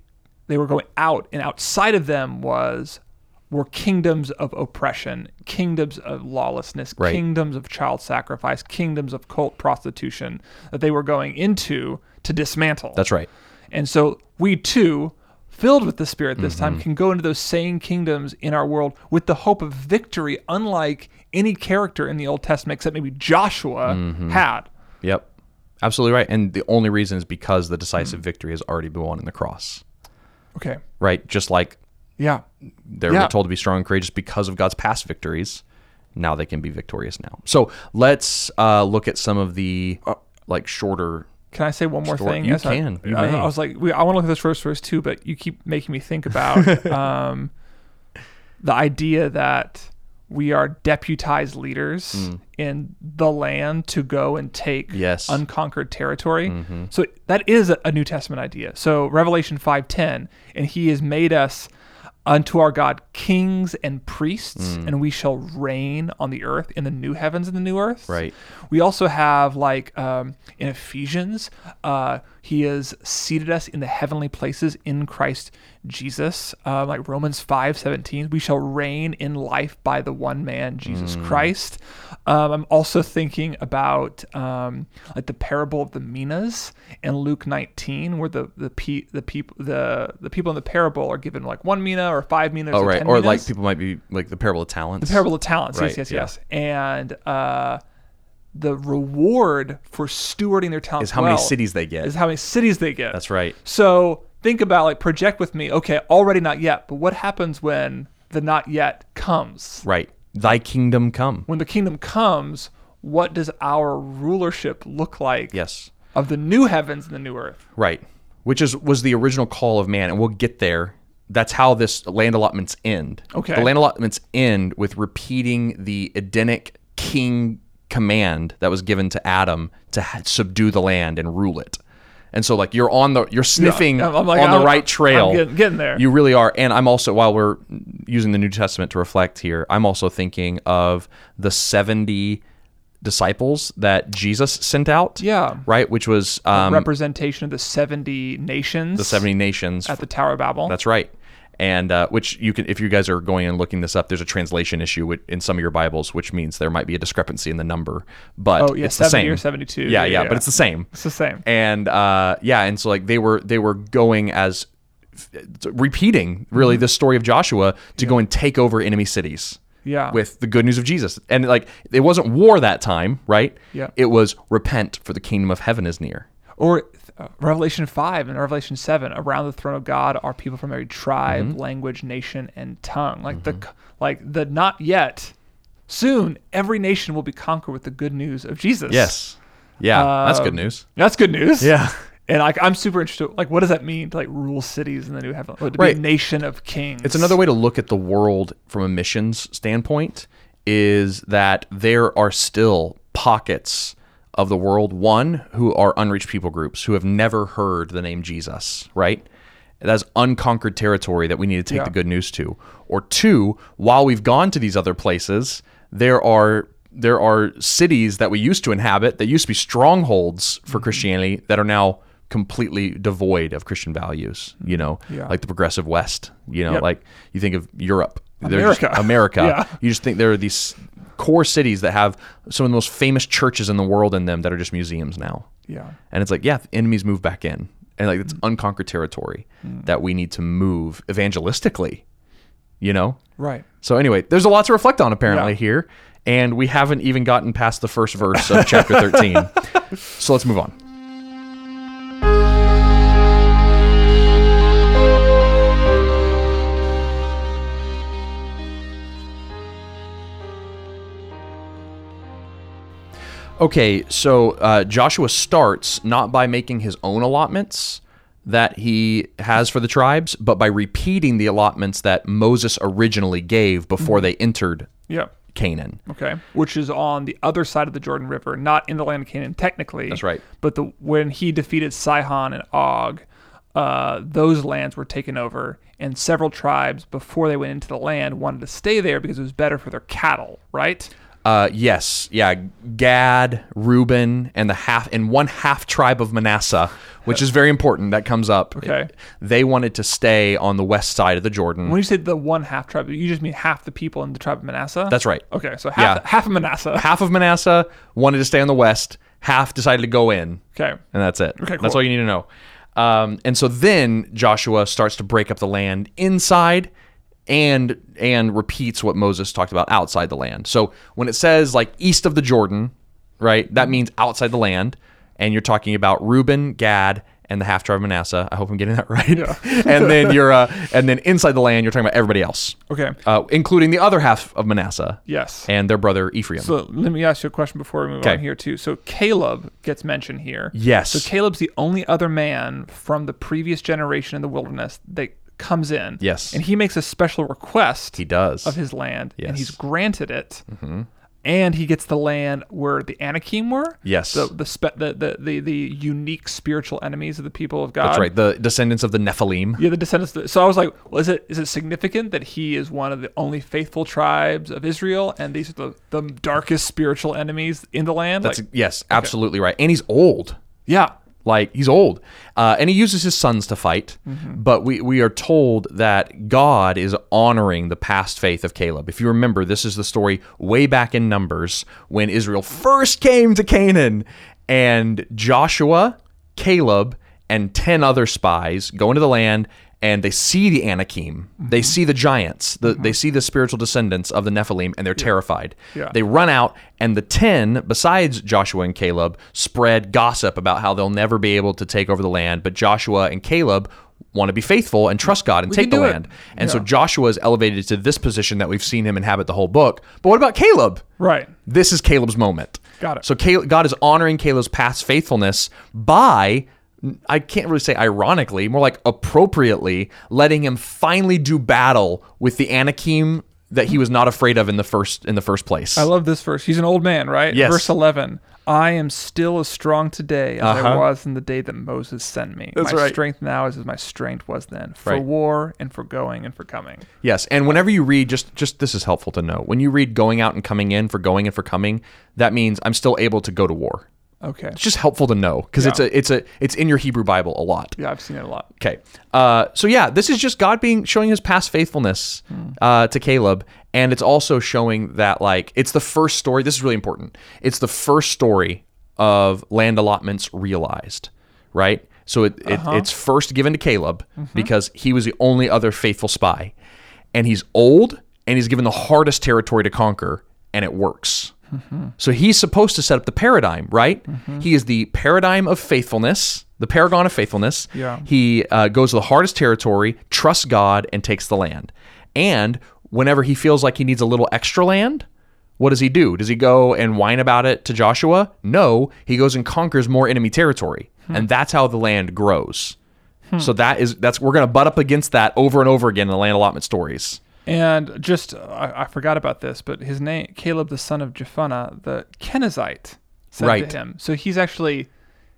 Speaker 3: they were going out, and outside of them was were kingdoms of oppression, kingdoms of lawlessness,
Speaker 2: Right.
Speaker 3: kingdoms of child sacrifice, kingdoms of cult prostitution that they were going into to dismantle.
Speaker 2: That's right.
Speaker 3: And so we too, filled with the Spirit this time, can go into those same kingdoms in our world with the hope of victory, unlike any character in the Old Testament except maybe Joshua had.
Speaker 2: Yep. Absolutely right. And the only reason is because the decisive
Speaker 3: Mm.
Speaker 2: victory has already been won in the cross.
Speaker 3: Okay.
Speaker 2: Right? Just like
Speaker 3: Yeah.
Speaker 2: they're
Speaker 3: Yeah.
Speaker 2: told to be strong and courageous because of God's past victories. Now they can be victorious now. So let's uh, look at some of the
Speaker 3: Uh,
Speaker 2: like shorter.
Speaker 3: Can I say one more
Speaker 2: Story-
Speaker 3: thing?
Speaker 2: you
Speaker 3: As I-
Speaker 2: can. You
Speaker 3: I,
Speaker 2: may.
Speaker 3: I was like, we, I want to look at this first verse too, but you keep making me think about um, the idea that we are deputized leaders in the land to go and take
Speaker 2: Mm. Yes. Mm-hmm.
Speaker 3: unconquered territory. So that is a, a New Testament idea. So Revelation 5:10, and He has made us unto our God kings and priests,
Speaker 2: Mm.
Speaker 3: and we shall reign on the earth in the new heavens and the new earth.
Speaker 2: Right.
Speaker 3: We also have like um, in Ephesians, uh, he has seated us in the heavenly places in Christ Jesus. Uh, like Romans five seventeen, we shall reign in life by the one man Jesus
Speaker 2: Mm.
Speaker 3: Christ. Um, I'm also thinking about um, like the parable of the minas in Luke nineteen, where the the pe- the people the the people in the parable are given like one mina or five minas.
Speaker 2: Oh,
Speaker 3: or
Speaker 2: right.
Speaker 3: 10
Speaker 2: Or like
Speaker 3: minas.
Speaker 2: people might be like the parable of talents.
Speaker 3: The Parable of Talents.
Speaker 2: Right,
Speaker 3: yes, yes,
Speaker 2: yeah.
Speaker 3: yes. And uh, the reward for stewarding their talents
Speaker 2: Is how many
Speaker 3: well
Speaker 2: cities they get.
Speaker 3: Is how many cities they get.
Speaker 2: That's right.
Speaker 3: So think about like project with me. Okay, already not yet, but what happens when the not yet comes?
Speaker 2: Right. Thy kingdom come.
Speaker 3: When the kingdom comes, what does our rulership look like?
Speaker 2: Yes.
Speaker 3: Of the new heavens and the new earth.
Speaker 2: Right. Which is was the original call of man, and we'll get there. That's how this land allotments end.
Speaker 3: Okay.
Speaker 2: The land allotments end with repeating the Edenic king command that was given to Adam to ha- subdue the land and rule it. And so, like you're on the you're sniffing
Speaker 3: I'm- I'm like,
Speaker 2: on the
Speaker 3: I'm-
Speaker 2: right trail,
Speaker 3: I'm getting- getting there.
Speaker 2: You really are. And I'm also while we're using the New Testament to reflect here, I'm also thinking of the seventy disciples that Jesus sent out.
Speaker 3: Yeah.
Speaker 2: Right, which was um,
Speaker 3: Representation of the 70 nations.
Speaker 2: the 70 nations.
Speaker 3: At the Tower of Babel.
Speaker 2: That's right. And uh, which you can, if you guys are going and looking this up, there's a translation issue with, in some of your Bibles, which means there might be a discrepancy in the number. But
Speaker 3: Oh, yeah,
Speaker 2: it's the
Speaker 3: 70
Speaker 2: same.
Speaker 3: or 72.
Speaker 2: Yeah, yeah,
Speaker 3: Yeah, yeah.
Speaker 2: but it's the same.
Speaker 3: It's the same.
Speaker 2: And uh, yeah, and so like they were they were going as f- repeating really
Speaker 3: Mm-hmm.
Speaker 2: the story of Joshua to go and take over enemy cities.
Speaker 3: Yeah.
Speaker 2: With the good news of Jesus. And like it wasn't war that time, right?
Speaker 3: Yeah.
Speaker 2: It was repent for the kingdom of heaven is near.
Speaker 3: or uh, Revelation 5 and Revelation 7 around the throne of God are people from every tribe,
Speaker 2: Mm-hmm.
Speaker 3: language, nation and tongue. Like the c- like the not yet soon every nation will be conquered with the good news of Jesus.
Speaker 2: Yes. Yeah, that's good
Speaker 3: Um,
Speaker 2: news.
Speaker 3: That's good news.
Speaker 2: Yeah.
Speaker 3: And like I'm super interested like what does that mean to like rule cities in the new heaven? Or to
Speaker 2: Right.
Speaker 3: be a nation of kings.
Speaker 2: It's another way to look at the world from a missions standpoint is that there are still pockets of the world, one, who are unreached people groups who have never heard the name Jesus, right? That's unconquered territory that we need to take
Speaker 3: Yeah.
Speaker 2: the good news to. Or two, while we've gone to these other places, there are there are cities that we used to inhabit that used to be strongholds for Christianity that are now completely devoid of Christian values, you know,
Speaker 3: Yeah.
Speaker 2: like the progressive West, you know,
Speaker 3: Yep.
Speaker 2: like you think of Europe, They're just-
Speaker 3: America.
Speaker 2: America.
Speaker 3: Yeah.
Speaker 2: You just think there are these core cities that have some of the most famous churches in the world in them that are just museums now.
Speaker 3: Yeah.
Speaker 2: And it's like, yeah, enemies move back in. And like it's
Speaker 3: Mm.
Speaker 2: unconquered territory that we need to move evangelistically, you know?
Speaker 3: Right.
Speaker 2: So anyway, there's a lot to reflect on apparently
Speaker 3: Yeah.
Speaker 2: here. And we haven't even gotten past the first verse of chapter 13. So let's move on. Okay, so uh, Joshua starts not by making his own allotments that he has for the tribes, but by repeating the allotments that Moses originally gave before they entered
Speaker 3: Yeah.
Speaker 2: Canaan.
Speaker 3: Okay. Which is on the other side of the Jordan River, not in the land of Canaan technically.
Speaker 2: That's right.
Speaker 3: But the when he defeated Sihon and Og, uh, those lands were taken over, and several tribes before they went into the land wanted to stay there because it was better for their cattle, right?
Speaker 2: Uh, yes, yeah, Gad, Reuben, and the half and one half tribe of Manasseh, which is very important. That comes up.
Speaker 3: Okay.
Speaker 2: they wanted to stay on the west side of the Jordan.
Speaker 3: When you say the one half tribe, you just mean half the people in the tribe of Manasseh.
Speaker 2: That's right.
Speaker 3: Okay, so half
Speaker 2: Yeah.
Speaker 3: half of Manasseh.
Speaker 2: Half of Manasseh wanted to stay on the west. Half decided to go in.
Speaker 3: Okay.
Speaker 2: and that's it.
Speaker 3: Okay, cool.
Speaker 2: That's all you need to know. Um, and so then Joshua starts to break up the land inside, and and repeats what Moses talked about outside the land. So when it says like east of the Jordan, right, that means outside the land, and you're talking about Reuben, Gad, and the half tribe of Manasseh. I hope I'm getting that right. and then you're uh, and then inside the land, you're talking about everybody else,
Speaker 3: Okay.
Speaker 2: uh, including the other half of Manasseh
Speaker 3: Yes.
Speaker 2: and their brother Ephraim.
Speaker 3: So let me ask you a question before we move
Speaker 2: Okay.
Speaker 3: on here too. So Caleb gets mentioned here.
Speaker 2: Yes.
Speaker 3: So Caleb's the only other man from the previous generation in the wilderness that comes in.
Speaker 2: Yes.
Speaker 3: And he makes a special request
Speaker 2: he does.
Speaker 3: of his land, and
Speaker 2: Yes. Mm-hmm.
Speaker 3: he's granted it. and he gets the land where the Anakim were.
Speaker 2: Yes.
Speaker 3: the the spe- the, the the the unique spiritual enemies of the people of God.
Speaker 2: That's right. The descendants of the Nephilim.
Speaker 3: Yeah, the descendants. So I was like, well, is it is it significant that he is one of the only faithful tribes of Israel, and these are the, the darkest spiritual enemies in the land?
Speaker 2: That's
Speaker 3: like,
Speaker 2: yes, absolutely right. And he's old.
Speaker 3: yeah,
Speaker 2: Like he's old, uh, and he uses his sons to fight.
Speaker 3: Mm-hmm.
Speaker 2: But we we are told that God is honoring the past faith of Caleb. If you remember, this is the story way back in Numbers when Israel first came to Canaan, and Joshua, Caleb, and ten other spies go into the land. And they see the Anakim.
Speaker 3: Mm-hmm.
Speaker 2: They see the giants. The, They see the spiritual descendants of the Nephilim, and they're terrified.
Speaker 3: Yeah.
Speaker 2: They run out, and the 10, besides Joshua and Caleb, spread gossip about how they'll never be able to take over the land. But Joshua and Caleb want to be faithful and trust God and take
Speaker 3: can
Speaker 2: the
Speaker 3: do it.
Speaker 2: land. And so Joshua is elevated to this position that we've seen him inhabit the whole book. But what about Caleb?
Speaker 3: right.
Speaker 2: This is Caleb's moment.
Speaker 3: Got it.
Speaker 2: So Cal- God is honoring Caleb's past faithfulness by. I can't really say ironically, more like appropriately, letting him finally do battle with the Anakim that he was not afraid of in the first in the first place.
Speaker 3: I love this verse. He's an old man, right?
Speaker 2: Yes.
Speaker 3: Verse 11. I am still as strong today as I
Speaker 2: Uh-huh.
Speaker 3: was in the day that Moses sent me.
Speaker 2: That's
Speaker 3: my
Speaker 2: right.
Speaker 3: strength now is as my strength was then, for
Speaker 2: Right.
Speaker 3: war and for going and for coming.
Speaker 2: Yes, and whenever you read, just just this is helpful to know. When you read "going out and coming in" for going and for coming, that means I'm still able to go to war.
Speaker 3: Okay.
Speaker 2: It's just helpful to know because it's a it's a it's in your Hebrew Bible a lot.
Speaker 3: Yeah, I've seen it a lot.
Speaker 2: Okay, uh, so yeah, this is just God being showing His past faithfulness uh, to Caleb, and it's also showing that like it's the first story. This is really important. It's the first story of land allotments realized, right? So it, it it's first given to Caleb because he was the only other faithful spy and he's old and he's given the hardest territory to conquer and it works so he's supposed to set up the paradigm right he is the paradigm of faithfulness the paragon of faithfulness
Speaker 3: Yeah.
Speaker 2: he uh, goes to the hardest territory trusts god and takes the land and whenever he feels like he needs a little extra land what does he do does he go and whine about it to joshua no he goes and conquers more enemy territory and that's how the land grows so that is that's we're going to butt up against that over and over again in the land allotment stories
Speaker 3: And just, uh, I, I forgot about this, but his name, Caleb the son of Jephunneh, the Kenizzite, said
Speaker 2: Right.
Speaker 3: to him. So he's actually,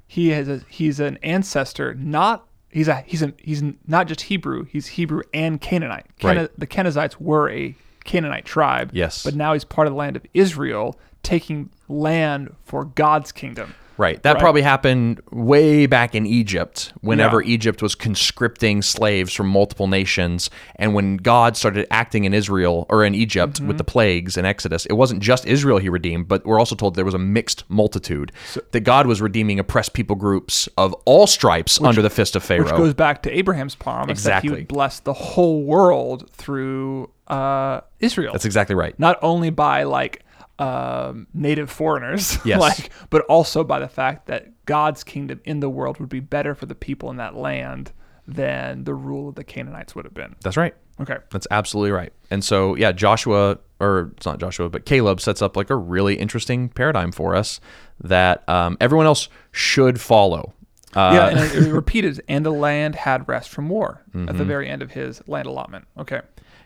Speaker 3: he has a, he's an ancestor, not, he's a, he's a, he's not just Hebrew, he's Hebrew and Canaanite. Keni-
Speaker 2: Right.
Speaker 3: The Kenizzites were a Canaanite tribe.
Speaker 2: Yes.
Speaker 3: But now he's part of the land of Israel, taking land for God's kingdom.
Speaker 2: Right. That
Speaker 3: Right.
Speaker 2: probably happened way back in Egypt whenever
Speaker 3: Yeah.
Speaker 2: Egypt was conscripting slaves from multiple nations. And when God started acting in Israel or in Egypt
Speaker 3: Mm-hmm.
Speaker 2: with the plagues and Exodus, it wasn't just Israel he redeemed, but we're also told there was a mixed multitude that God was redeeming oppressed people groups of all stripes under the fist of Pharaoh.
Speaker 3: Which goes back to Abraham's promise that he
Speaker 2: Exactly.
Speaker 3: would bless the whole world through uh, Israel.
Speaker 2: That's exactly right.
Speaker 3: not only by like um, native foreigners,
Speaker 2: Yes.
Speaker 3: like, but also by the fact that God's kingdom in the world would be better for the people in that land than the rule of the Canaanites would have been.
Speaker 2: That's right.
Speaker 3: Okay.
Speaker 2: That's absolutely right. And so, yeah, Joshua, or it's not Joshua, but Caleb sets up like a really interesting paradigm for us that um, everyone else should follow. Uh,
Speaker 3: yeah, and it, it repeated, and the land had rest from war at
Speaker 2: Mm-hmm.
Speaker 3: the very end of his land allotment. Okay.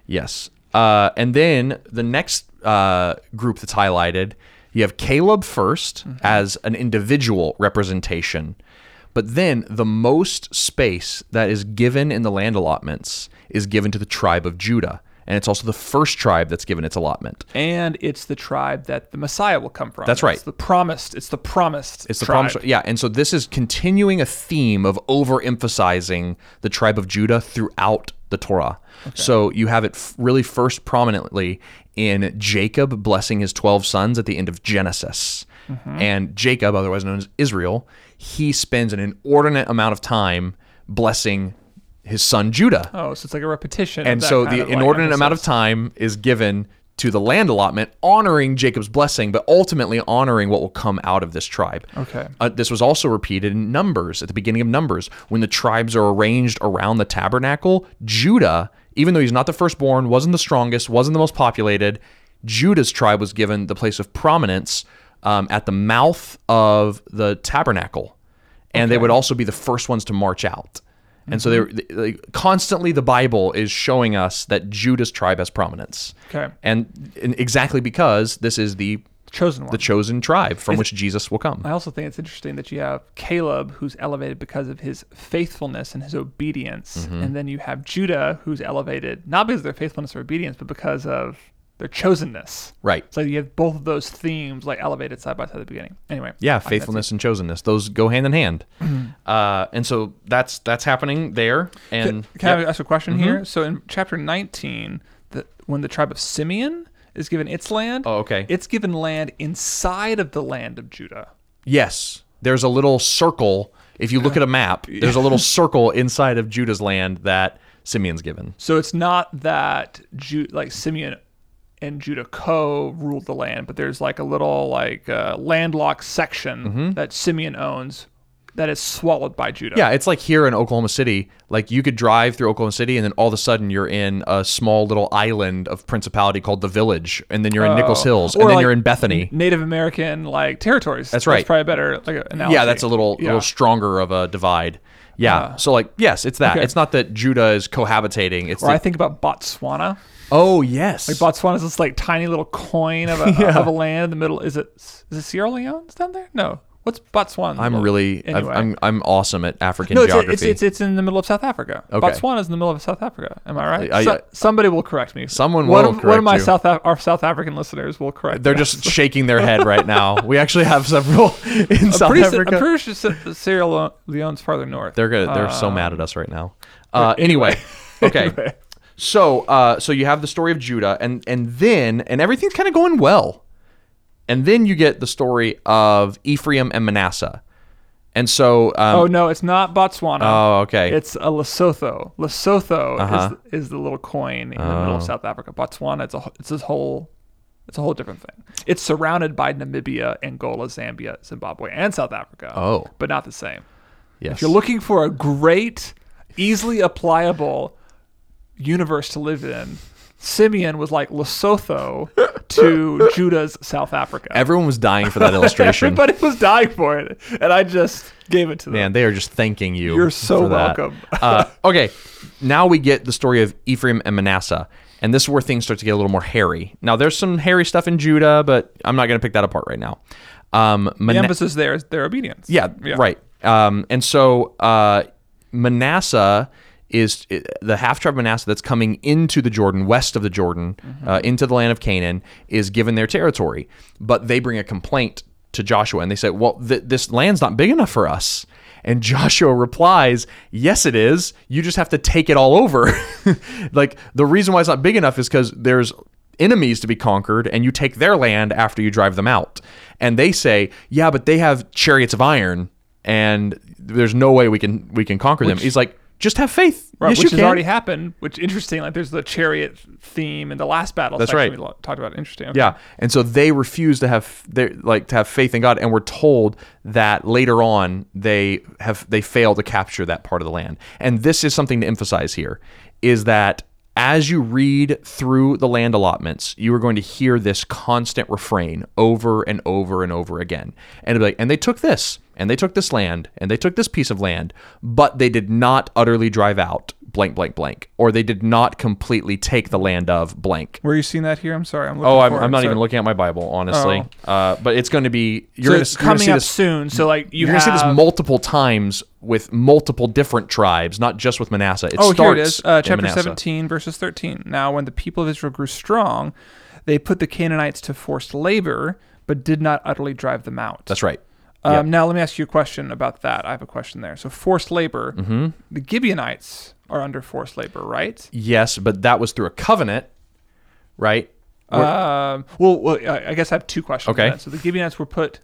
Speaker 2: Yes. Uh, and then the next uh, group that's highlighted, you have Caleb 1st as an individual representation. But then the most space that is given in the land allotments is given to the tribe of Judah. And it's also the first tribe that's given its allotment.
Speaker 3: And it's the tribe that the Messiah will come from.
Speaker 2: That's right.
Speaker 3: It's the promised. It's the promised.
Speaker 2: It's the
Speaker 3: tribe.
Speaker 2: promise. Yeah, and so this is continuing a theme of overemphasizing the tribe of Judah throughout the Torah. So you have it f- really first prominently in Jacob blessing his 12 sons at the end of Genesis.
Speaker 3: Mm-hmm.
Speaker 2: And Jacob, otherwise known as Israel, he spends an inordinate amount of time blessing his son Judah.
Speaker 3: Oh, so it's like a repetition. of
Speaker 2: and
Speaker 3: that
Speaker 2: so
Speaker 3: kind
Speaker 2: the
Speaker 3: of, like,
Speaker 2: inordinate amount
Speaker 3: emphasis.
Speaker 2: of time is given to the land allotment, honoring Jacob's blessing, but ultimately honoring what will come out of this tribe.
Speaker 3: Okay.
Speaker 2: Uh, this was also repeated in Numbers, at the beginning of Numbers, when the tribes are arranged around the tabernacle. Judah, even though he's not the firstborn, wasn't the strongest, wasn't the most populated, Judah's tribe was given the place of prominence um, at the mouth of the tabernacle. And they would also be the first ones to march out. And so they were
Speaker 3: Mm-hmm.
Speaker 2: they- like, constantly the Bible is showing us that Judah's tribe has prominence.
Speaker 3: Okay.
Speaker 2: And, and exactly because this is the
Speaker 3: Chosen one.
Speaker 2: the chosen tribe from which Jesus will come.
Speaker 3: I also think it's interesting that you have Caleb, who's elevated because of his faithfulness and his obedience,
Speaker 2: Mm-hmm.
Speaker 3: and then you have Judah, who's elevated not because of their faithfulness or obedience, but because of their chosenness.
Speaker 2: Right.
Speaker 3: So you have both of those themes like elevated side by side at the beginning. Anyway.
Speaker 2: Yeah,
Speaker 3: I think that's
Speaker 2: faithfulness and chosenness; those go hand in hand. Uh, and so that's that's happening there. And
Speaker 3: Can
Speaker 2: Yep. Mm-hmm.
Speaker 3: I ask a question here? So in chapter 19, the, when the tribe of Simeon is given its land,
Speaker 2: Oh, okay.
Speaker 3: it's given land inside of the land of Judah.
Speaker 2: yes, there's a little circle. If you look at a map, there's a little circle inside of Judah's land that Simeon's given.
Speaker 3: So it's not that Ju- like Simeon and Judah co-ruled the land, but there's like a little like uh, landlocked section that Simeon owns that is swallowed by Judah.
Speaker 2: Mm-hmm. Yeah, it's like here in Oklahoma City. Like you could drive through Oklahoma City, and then all of a sudden you're in a small little island of principality called the Village, and then you're in Nichols Hills,
Speaker 3: Oh. Or
Speaker 2: and then
Speaker 3: like
Speaker 2: you're in Bethany.
Speaker 3: Native American like territories. That's
Speaker 2: right.
Speaker 3: probably a better like analogy.
Speaker 2: Yeah, that's a little
Speaker 3: Yeah.
Speaker 2: little stronger of a divide. Yeah. so like, yes, it's that.
Speaker 3: okay.
Speaker 2: It's not that Judah is cohabitating. It's
Speaker 3: Or I
Speaker 2: the,
Speaker 3: think about Botswana.
Speaker 2: oh yes,
Speaker 3: Botswana is this like tiny little coin of a, of a land in the middle. Is it is it Sierra Leone down there? No. What's Botswana?
Speaker 2: I'm really I've
Speaker 3: Anyway.
Speaker 2: I'm I'm awesome at African
Speaker 3: no, it's,
Speaker 2: geography.
Speaker 3: it's, it's it's in the middle of South Africa.
Speaker 2: Okay.
Speaker 3: Botswana is in the middle of South Africa. Am I right?
Speaker 2: I-
Speaker 3: So- somebody will correct me.
Speaker 2: Someone
Speaker 3: one
Speaker 2: will
Speaker 3: Of, one
Speaker 2: correct
Speaker 3: of my
Speaker 2: you.
Speaker 3: South Af- our South African listeners will correct.
Speaker 2: They're
Speaker 3: me.
Speaker 2: just shaking their head right now. We actually have several in South
Speaker 3: pretty, si-
Speaker 2: Africa.
Speaker 3: I'm pretty sure si- Sierra Le- Leone's farther north.
Speaker 2: They're gonna, they're so mad at us right now. Uh, anyway, okay. So uh, so you have the story of Judah, and and then and everything's kind of going well, and then you get the story of Ephraim and Manasseh, and so um,
Speaker 3: oh no, it's not Botswana.
Speaker 2: Oh, okay.
Speaker 3: It's a Lesotho. Lesotho
Speaker 2: Uh-huh. Oh.
Speaker 3: is, is the little coin in the middle of South Africa. Botswana, it's a wh- it's this whole it's a whole different thing. It's surrounded by Namibia, Angola, Zambia, Zimbabwe, and South Africa.
Speaker 2: Oh.
Speaker 3: but not the same.
Speaker 2: yes.
Speaker 3: If you're looking for a great, easily applicable universe to live in, Simeon was like Lesotho to Judah's South Africa.
Speaker 2: Everyone was dying for that illustration.
Speaker 3: Everybody was dying for it, and I just gave it to them.
Speaker 2: Man, they are just thanking you.
Speaker 3: You're so
Speaker 2: for that.
Speaker 3: welcome.
Speaker 2: uh, okay, now we get the story of Ephraim and Manasseh, and this is where things start to get a little more hairy. Now, there's some hairy stuff in Judah, but I'm not going to pick that apart right now. Um,
Speaker 3: The
Speaker 2: Mana-
Speaker 3: emphasis there is their obedience.
Speaker 2: yeah, right. Um, and so uh, Manasseh is i- the half tribe of Manasseh that's coming into the Jordan, west of the Jordan, uh, into the land of Canaan, is given their territory. But they bring a complaint to Joshua and they say, Well, th- this land's not big enough for us. And Joshua replies, Yes, it is. You just have to take it all over. like, the reason why it's not big enough is because there's enemies to be conquered and you take their land after you drive them out. And they say, "Yeah, but they have chariots of iron and there's no way we can we can conquer them." He's like, "Just have faith."
Speaker 3: Right,
Speaker 2: yes,
Speaker 3: which
Speaker 2: you
Speaker 3: has
Speaker 2: can.
Speaker 3: already happened. Which interesting, like there's the chariot theme in the last battle.
Speaker 2: That's right.
Speaker 3: section We lo- talked about interesting. okay.
Speaker 2: yeah. And so they refuse to have they like to have faith in God and we're told that later on they have they fail to capture that part of the land. And this is something to emphasize here is that as you read through the land allotments, you are going to hear this constant refrain over and over and over again. And it'll be like, and they took this, and they took this land, and they took this piece of land, but they did not utterly drive out blank, blank, blank, or they did not completely take the land of blank.
Speaker 3: Where are you seeing that here? I'm sorry. I'm looking
Speaker 2: Oh, I'm,
Speaker 3: for
Speaker 2: I'm
Speaker 3: it,
Speaker 2: not
Speaker 3: so-
Speaker 2: even looking at my Bible, honestly. Uh, but it's going to be you're
Speaker 3: So
Speaker 2: going
Speaker 3: it's
Speaker 2: to
Speaker 3: coming
Speaker 2: see
Speaker 3: up
Speaker 2: this.
Speaker 3: soon. So like you
Speaker 2: You're
Speaker 3: have,
Speaker 2: going to see this multiple times with multiple different tribes, not just with Manasseh. It
Speaker 3: Oh,
Speaker 2: starts
Speaker 3: here it is. Uh,
Speaker 2: in
Speaker 3: chapter
Speaker 2: Manasseh.
Speaker 3: 17, verses 13. Now, when the people of Israel grew strong, they put the Canaanites to forced labor, but did not utterly drive them out.
Speaker 2: That's right.
Speaker 3: um,
Speaker 2: yeah.
Speaker 3: Now, let me ask you a question about that. I have a question there. So, forced labor,
Speaker 2: Mm-hmm.
Speaker 3: the Gibeonites are under forced labor, right?
Speaker 2: Yes, but that was through a covenant, right?
Speaker 3: Um, well, well, I I guess I have two questions.
Speaker 2: Okay.
Speaker 3: on that. So, the Gibeonites were put.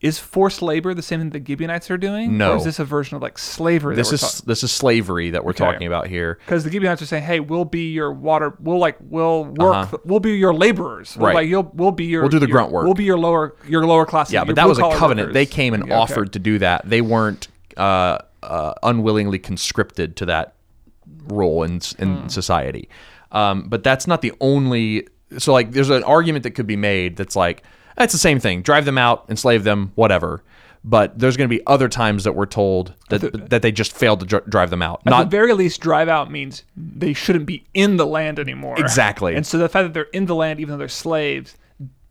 Speaker 3: Is forced labor the same thing the Gibeonites are doing?
Speaker 2: No.
Speaker 3: Or is this a version of like slavery?
Speaker 2: This
Speaker 3: that we're
Speaker 2: is this is slavery that we're talking about here.
Speaker 3: because the Gibeonites are saying, "Hey, we'll be your water. We'll like we'll work.
Speaker 2: Uh-huh.
Speaker 3: We'll be your laborers. We'll,
Speaker 2: Right.
Speaker 3: Like you'll we'll be your
Speaker 2: We'll do the
Speaker 3: your-
Speaker 2: grunt work.
Speaker 3: We'll be your lower your lower class.
Speaker 2: Yeah,
Speaker 3: your
Speaker 2: but that was a
Speaker 3: blue-collar
Speaker 2: covenant.
Speaker 3: workers."
Speaker 2: They came and
Speaker 3: Okay, okay.
Speaker 2: offered to do that. They weren't uh, uh, unwillingly conscripted to that role in in
Speaker 3: Hmm.
Speaker 2: society. Um, but that's not the only. So like, there's an argument that could be made that's like that's the same thing. Drive them out, enslave them, whatever. But there's going to be other times that we're told that that they just failed to dr- drive them out.
Speaker 3: At
Speaker 2: Not
Speaker 3: the very least, drive out means they shouldn't be in the land anymore.
Speaker 2: Exactly.
Speaker 3: And so the fact that they're in the land, even though they're slaves,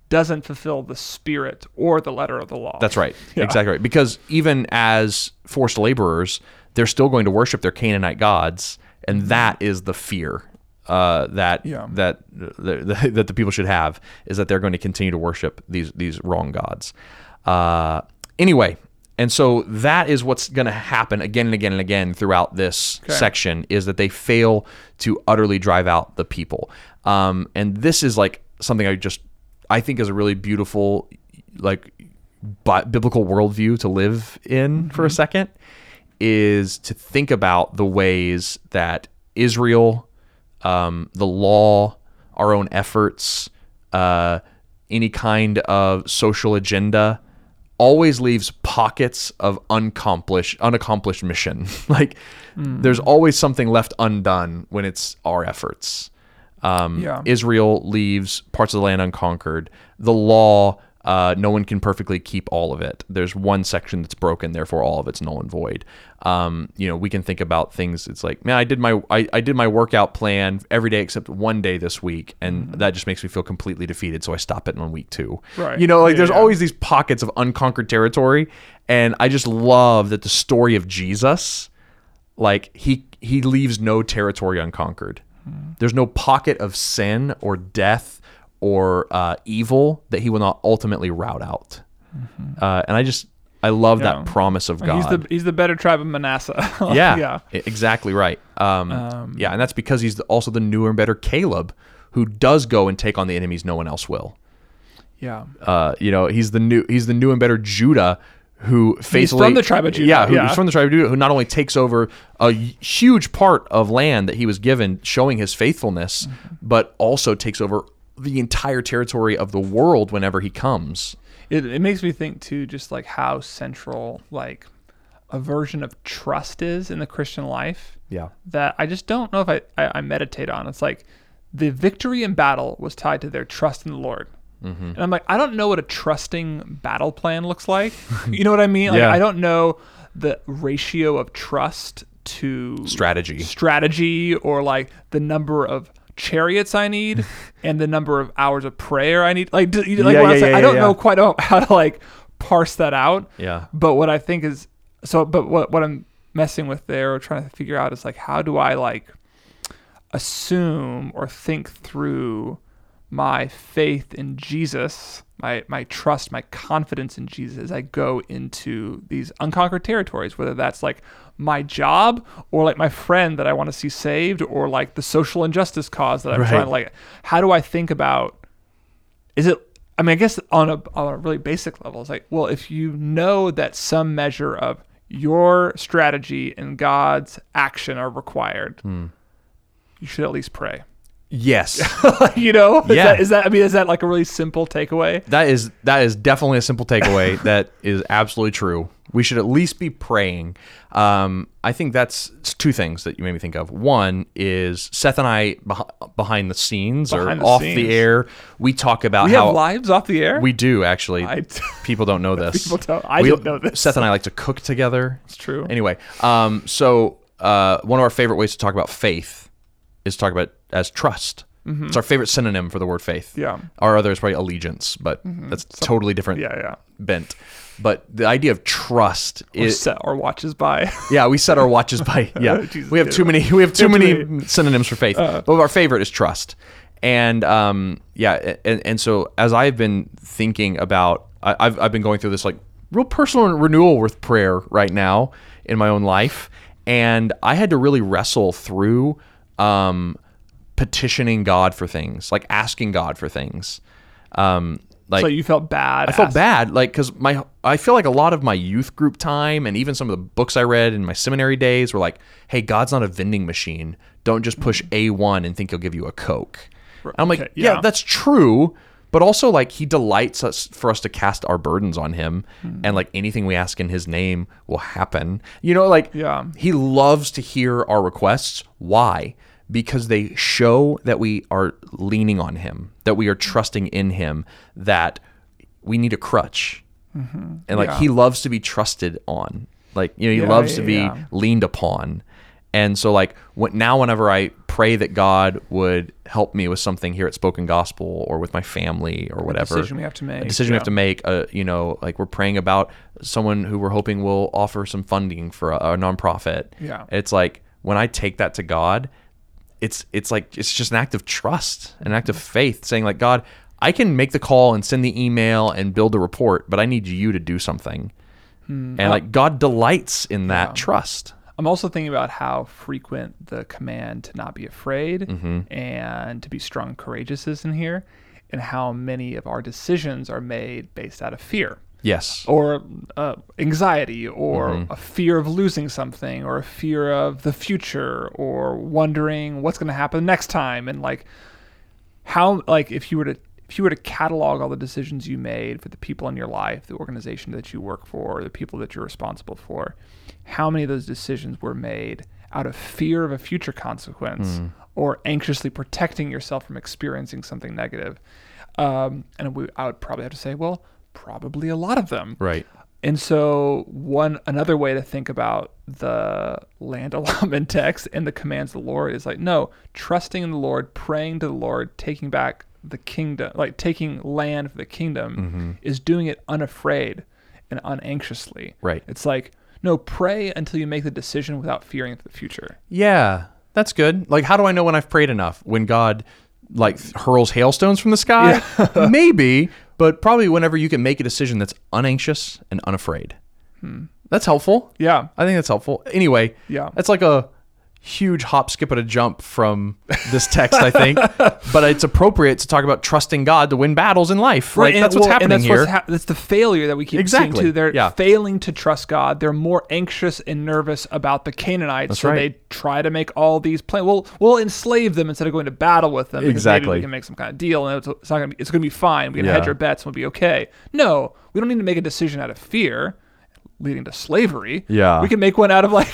Speaker 3: doesn't fulfill the spirit or the letter of the law.
Speaker 2: That's right.
Speaker 3: Yeah.
Speaker 2: Exactly right. Because even as forced laborers, they're still going to worship their Canaanite gods,
Speaker 3: Mm-hmm.
Speaker 2: and that is the fear uh, that
Speaker 3: Yeah.
Speaker 2: that the, that the people should have is that they're going to continue to worship these these wrong gods. Uh, anyway, and so that is what's going to happen again and again and again throughout this section is that they fail to utterly drive out the people. Um, and this is like something I just I think is a really beautiful like bi- biblical worldview to live in for a second is to think about the ways that Israel, um, the law, our own efforts, uh, any kind of social agenda always leaves pockets of unaccomplished unaccomplished mission. like there's always something left undone when it's our efforts. Um,
Speaker 3: Yeah.
Speaker 2: Israel leaves parts of the land unconquered. The law, uh, no one can perfectly keep all of it. There's one section that's broken, therefore all of it's null and void. Um, you know, we can think about things. It's like, man, I did my I, I did my workout plan every day except one day this week, and
Speaker 3: Mm-hmm.
Speaker 2: that just makes me feel completely defeated. So I stop it on week two.
Speaker 3: Right.
Speaker 2: You know, like
Speaker 3: Yeah,
Speaker 2: there's
Speaker 3: yeah.
Speaker 2: always these pockets of unconquered territory, and I just love that the story of Jesus like he he leaves no territory unconquered. There's no pocket of sin or death or uh, evil that he will not ultimately rout out. Uh, and I just I love
Speaker 3: Mm-hmm. Yeah.
Speaker 2: that promise of God.
Speaker 3: He's the he's the better tribe of Manasseh.
Speaker 2: yeah,
Speaker 3: yeah.
Speaker 2: e- exactly right. Um, yeah, and that's because he's the- also the newer and better Caleb, who does go and take on the enemies no one else will.
Speaker 3: Yeah.
Speaker 2: Uh, you know, he's the new he's the new and better Judah who faithfully
Speaker 3: from the tribe of Judah,
Speaker 2: Yeah, who,
Speaker 3: yeah.
Speaker 2: he's from the tribe of Judah who not only takes over a y- huge part of land that he was given, showing his faithfulness,
Speaker 3: Mm-hmm.
Speaker 2: but also takes over the entire territory of the world whenever he comes.
Speaker 3: It, it makes me think too, just like how central like a version of trust is in the Christian life.
Speaker 2: Yeah.
Speaker 3: That I just don't know if I, I, I meditate on. It's like the victory in battle was tied to their trust in the Lord.
Speaker 2: Mm-hmm.
Speaker 3: And I'm like, I don't know what a trusting battle plan looks like. you know what I mean? Like,
Speaker 2: Yeah.
Speaker 3: I don't know the ratio of trust to
Speaker 2: Strategy.
Speaker 3: strategy or like the number of chariots I need and the number of hours of prayer I need. Like, do, you- like
Speaker 2: Yeah,
Speaker 3: what I'm
Speaker 2: yeah,
Speaker 3: saying,
Speaker 2: yeah,
Speaker 3: I don't
Speaker 2: yeah,
Speaker 3: know
Speaker 2: yeah.
Speaker 3: quite know how to like parse that out.
Speaker 2: Yeah.
Speaker 3: But what I think is so. But what what I'm messing with there or trying to figure out is like how do I like assume or think through my faith in Jesus, my my trust, my confidence in Jesus as I go into these unconquered territories, whether that's like my job or like my friend that I want to see saved or like the social injustice cause that I'm
Speaker 2: Right.
Speaker 3: trying to like how do I think about is it i mean i guess on a, on a really basic level it's like well if you know that some measure of your strategy and god's action are required you should at least pray
Speaker 2: Yes.
Speaker 3: you know is,
Speaker 2: Yeah.
Speaker 3: that, is that i mean is that like a really simple takeaway
Speaker 2: that is that is definitely a simple takeaway that is absolutely true. We should at least be praying. Um, I think that's it's two things that you made me think of. One is Seth and I beh- behind the scenes
Speaker 3: Behind
Speaker 2: or
Speaker 3: the
Speaker 2: off
Speaker 3: scenes.
Speaker 2: the air. We talk about
Speaker 3: we
Speaker 2: how
Speaker 3: have lives off the air
Speaker 2: we do actually.
Speaker 3: I d-
Speaker 2: people don't know this.
Speaker 3: People don't- I
Speaker 2: We-
Speaker 3: didn't know this.
Speaker 2: Seth and I like to cook together. It's
Speaker 3: true.
Speaker 2: Anyway, um, so uh, one of our favorite ways to talk about faith is to talk about as trust. It's our favorite synonym for the word faith.
Speaker 3: Mm-hmm. Yeah. Mm-hmm.
Speaker 2: Our other is probably allegiance, but that's totally different.
Speaker 3: yeah yeah
Speaker 2: Bent. But the idea of trust
Speaker 3: or
Speaker 2: is
Speaker 3: set our watches by
Speaker 2: yeah, we set our watches by yeah.
Speaker 3: Jesus,
Speaker 2: we have
Speaker 3: yeah.
Speaker 2: too many. We have too
Speaker 3: too
Speaker 2: many,
Speaker 3: many. Uh.
Speaker 2: synonyms for faith. but our favorite is trust, and um, yeah, a- and, and so as I've been thinking about, I, I've I've been going through this like real personal renewal with prayer right now in my own life, and I had to really wrestle through um, petitioning God for things, like asking God for things, um, like
Speaker 3: so you felt bad
Speaker 2: I felt bad, like because my I feel like a lot of my youth group time and even some of the books I read in my seminary days were like, "Hey, God's not a vending machine. Don't just push a one and think He'll give you a Coke." And I'm like,
Speaker 3: okay,
Speaker 2: yeah.
Speaker 3: yeah.
Speaker 2: that's true, but also like He delights us for us to cast our burdens on Him, and like anything we ask in His name will happen. You know, like
Speaker 3: Yeah.
Speaker 2: He loves to hear our requests. Why? Because they show that we are leaning on Him, that we are trusting in Him, that we need a crutch. and like
Speaker 3: Yeah.
Speaker 2: he loves to be trusted on like you know he
Speaker 3: Yeah,
Speaker 2: loves
Speaker 3: yeah,
Speaker 2: to be
Speaker 3: yeah.
Speaker 2: leaned upon and so like what now whenever i pray that god would help me with something here at spoken gospel or with my family or whatever
Speaker 3: decision we have to make,
Speaker 2: a decision we have
Speaker 3: yeah.
Speaker 2: to make uh, you know like we're praying about someone who we're hoping will offer some funding for a, a nonprofit
Speaker 3: Yeah.
Speaker 2: it's like when i take that to god it's it's like it's just an act of trust an act of faith saying like god i can make the call and send the email and build a report but i need you to do something
Speaker 3: Hmm. Uh,
Speaker 2: and like god delights in that trust
Speaker 3: I'm also thinking about how frequent the command to not be afraid
Speaker 2: Mm-hmm.
Speaker 3: and to be strong and courageous is in here, and how many of our decisions are made based out of fear
Speaker 2: yes
Speaker 3: or uh, anxiety or a fear of losing something or a fear of the future or wondering what's going to happen next time and like how like if you were to if you were to catalog all the decisions you made for the people in your life, the organization that you work for, the people that you're responsible for, how many of those decisions were made out of fear of a future consequence or anxiously protecting yourself from experiencing something negative? Um, and we, I would probably have to say, well, probably a lot of them.
Speaker 2: right
Speaker 3: And so one another way to think about the land allotment text and the commands of the Lord is like no, trusting in the Lord, praying to the Lord, taking back the kingdom, like taking land for the kingdom is doing it unafraid and unanxiously.
Speaker 2: Right.
Speaker 3: It's like no, pray until you make the decision without fearing for the future.
Speaker 2: yeah that's good like how do i know when i've prayed enough when god like hurls hailstones from the sky maybe but probably whenever you can make a decision that's unanxious and unafraid that's helpful
Speaker 3: Yeah.
Speaker 2: I think that's helpful. Anyway,
Speaker 3: Hmm. Yeah.
Speaker 2: that's like a huge hop, skip, and a jump from this text, I think. but it's appropriate to talk about trusting God to win battles in life. Right,
Speaker 3: and
Speaker 2: that's what's
Speaker 3: well, and
Speaker 2: happening
Speaker 3: that's
Speaker 2: here.
Speaker 3: what's hap- that's the failure that we keep
Speaker 2: Exactly.
Speaker 3: seeing too. They're
Speaker 2: Yeah.
Speaker 3: failing to trust God. They're more anxious and nervous about the Canaanites. so
Speaker 2: right.
Speaker 3: they try to make all these plans. Well, we'll enslave them instead of going to battle with them. because maybe
Speaker 2: Exactly.
Speaker 3: we can make some kind of deal, and it's, it's not gonna be, it's gonna be fine. We can hedge
Speaker 2: Yeah.
Speaker 3: our bets, and we'll be okay. No, we don't need to make a decision out of fear. Leading to slavery.
Speaker 2: Yeah.
Speaker 3: We can make one out of like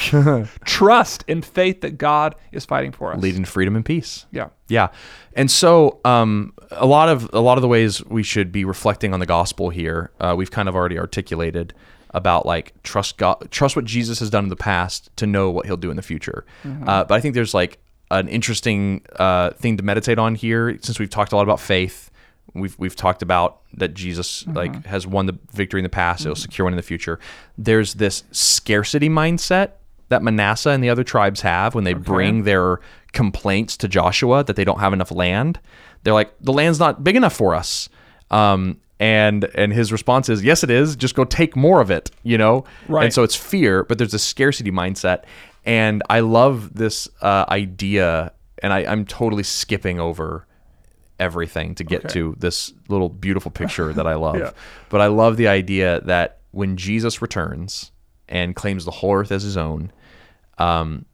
Speaker 3: trust and faith that God is fighting for us.
Speaker 2: Leading to freedom and peace.
Speaker 3: Yeah.
Speaker 2: Yeah. And so um, a lot of a lot of the ways we should be reflecting on the gospel here, uh, we've kind of already articulated about like trust God, trust what Jesus has done in the past to know what he'll do in the future. Uh, but I think there's like an interesting uh, thing to meditate on here since we've talked a lot about faith. We've, we've talked about that Jesus like has won the victory in the past. It'll secure one in the future. There's this scarcity mindset that Manasseh and the other tribes have when they bring their complaints to Joshua that they don't have enough land. They're like, the land's not big enough for us. Um, and and his response is, yes, it is. Just go take more of it, you know. And
Speaker 3: Right.
Speaker 2: so it's fear, but there's a scarcity mindset. And I love this uh, idea, and I, I'm totally skipping over everything to get to this little beautiful picture that I love.
Speaker 3: Yeah.
Speaker 2: But I love the idea that when Jesus returns and claims the whole earth as his own, um,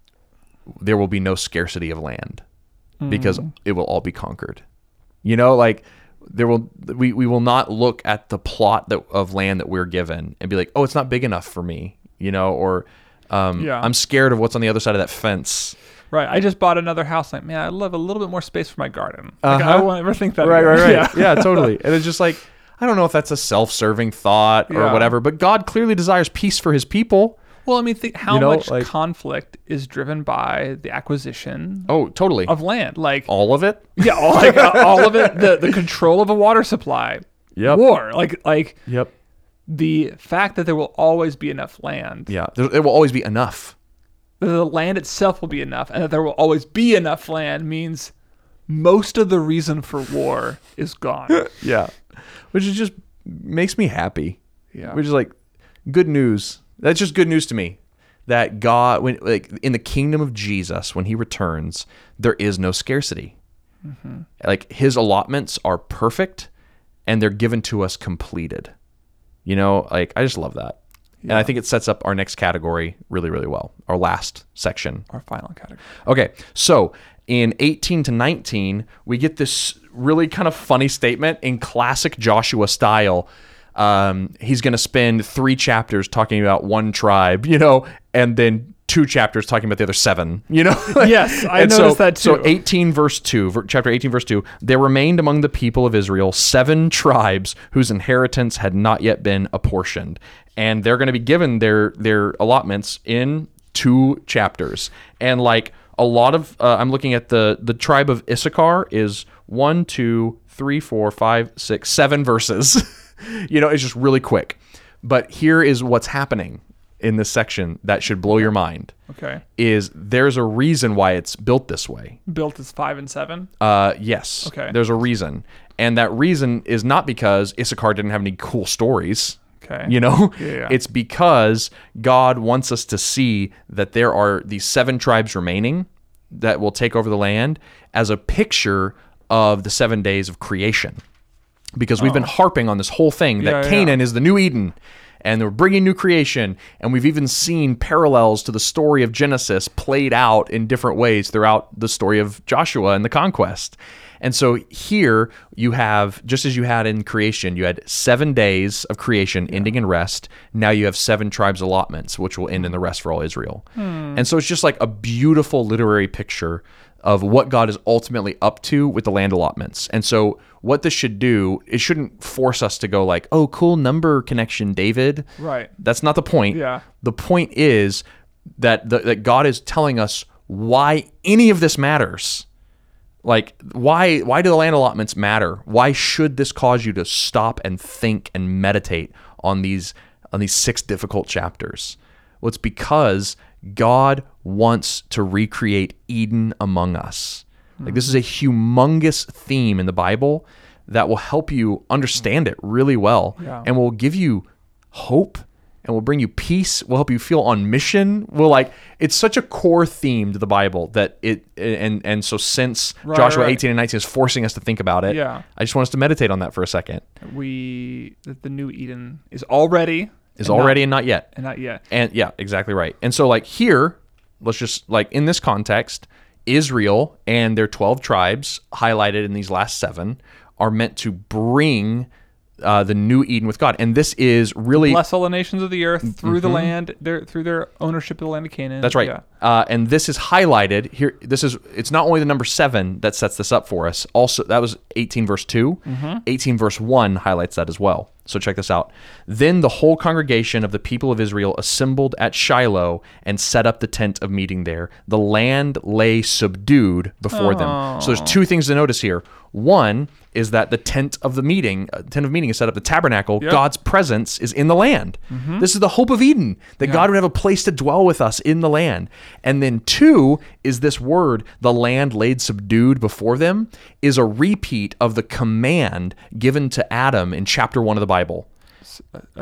Speaker 2: there will be no scarcity of land because it will all be conquered. You know, like there will we, we will not look at the plot that, of land that we're given and be like, oh, it's not big enough for me, you know, or um,
Speaker 3: Yeah.
Speaker 2: I'm scared of what's on the other side of that fence.
Speaker 3: Right. I just bought another house. Like, man, I'd love a little bit more space for my garden. Like, I won't ever think that.
Speaker 2: Uh-huh. right,
Speaker 3: again.
Speaker 2: right, right.
Speaker 3: Yeah.
Speaker 2: Yeah. totally. And it's just like I don't know if that's a self-serving thought or
Speaker 3: Yeah.
Speaker 2: whatever, but God clearly desires peace for His people.
Speaker 3: Well, I mean, think how
Speaker 2: You know,
Speaker 3: much
Speaker 2: like-
Speaker 3: conflict is driven by the acquisition
Speaker 2: Oh, totally.
Speaker 3: of land, like
Speaker 2: All of it.
Speaker 3: yeah, all, like, uh, all of it, the, the control of a water supply,
Speaker 2: Yep.
Speaker 3: war, like like
Speaker 2: Yep.
Speaker 3: the fact that there will always be enough land,
Speaker 2: Yeah. There, there will always be enough.
Speaker 3: that the land itself will be enough, and that there will always be enough land means most of the reason for war is gone.
Speaker 2: Yeah. Which is just makes me happy.
Speaker 3: Yeah.
Speaker 2: Which is like good news. That's just good news to me. That God when like in the kingdom of Jesus, when he returns, there is no scarcity. Like his allotments are perfect and they're given to us completed. You know, like I just love that. And I think it sets up our next category really, really well. Our last section.
Speaker 3: Our final category.
Speaker 2: Okay, so in 18 to 19, we get this really kind of funny statement in classic Joshua style. Um, he's going to spend three chapters talking about one tribe, you know, and then two chapters talking about the other seven. You know?
Speaker 3: Yes, I
Speaker 2: And
Speaker 3: noticed
Speaker 2: so,
Speaker 3: that
Speaker 2: So
Speaker 3: too.
Speaker 2: 18 verse 2, ver- chapter 18 verse 2, there remained among the people of Israel seven tribes whose inheritance had not yet been apportioned, and they're going to be given their their allotments in two chapters. And like a lot of uh, I'm looking at the the tribe of Issachar is one, two, three, four, five, six, seven verses. you know, it's just really quick. But here is what's happening in this section that should blow your mind
Speaker 3: Okay.
Speaker 2: is there's a reason why it's built this way.
Speaker 3: Built is five and seven.
Speaker 2: Uh, yes.
Speaker 3: Okay.
Speaker 2: There's a reason. And that reason is not because Issachar didn't have any cool stories.
Speaker 3: Okay.
Speaker 2: You know?
Speaker 3: Yeah.
Speaker 2: It's because God wants us to see that there are these seven tribes remaining that will take over the land as a picture of the seven days of creation. Because we've been harping on this whole thing
Speaker 3: Oh. Yeah,
Speaker 2: that
Speaker 3: yeah.
Speaker 2: Canaan is the new Eden and we're bringing new creation. And we've even seen parallels to the story of Genesis played out in different ways throughout the story of Joshua and the conquest. And so here you have, just as you had in creation, you had seven days of creation ending in rest. Now you have seven tribes allotments, which will end in the rest for all Israel.
Speaker 3: Hmm.
Speaker 2: And so it's just like a beautiful literary picture of what God is ultimately up to with the land allotments. And so what this should do, it shouldn't force us to go like, "Oh, cool number connection, David."
Speaker 3: Right.
Speaker 2: That's not the point.
Speaker 3: Yeah.
Speaker 2: The point is that the, that God is telling us why any of this matters. Like why why do the land allotments matter? Why should this cause you to stop and think and meditate on these on these six difficult chapters? Well, it's because God wants to recreate Eden among us. Like this is a humongous theme in the Bible that will help you understand it really well and will give you hope and will bring you peace will help you feel on mission will like it's such a core theme to the bible that it and and so since
Speaker 3: Right,
Speaker 2: joshua
Speaker 3: right.
Speaker 2: 18 and 19 is forcing us to think about it
Speaker 3: Yeah.
Speaker 2: i just want us to meditate on that for a second
Speaker 3: We that the new Eden is already
Speaker 2: is
Speaker 3: and not-
Speaker 2: already and not yet
Speaker 3: and not yet.
Speaker 2: and yeah exactly right and so like here let's just like in this context israel and their 12 tribes highlighted in these last seven are meant to bring uh, the new eden with god and this is really
Speaker 3: Bless all the nations of the earth through the land, their through their ownership of the land of Canaan.
Speaker 2: Mm-hmm. That's right.
Speaker 3: Yeah.
Speaker 2: Uh, and this is highlighted here. This is it's not only the number seven that sets this up for us. Also, that was 18 verse 2 18 verse one highlights that as well. So check this out. Then the whole congregation of the people of Israel assembled at Shiloh and set up the tent of meeting there. The land lay subdued before them. So there's two things to notice here. One is that the tent of the meeting, uh, tent of meeting is set up. The tabernacle, God's presence is in the land. This is the hope of Eden that God would have a place to dwell with us in the land. And then two is this word, the land laid subdued before them, is a repeat of the command given to Adam in chapter one of the Bible: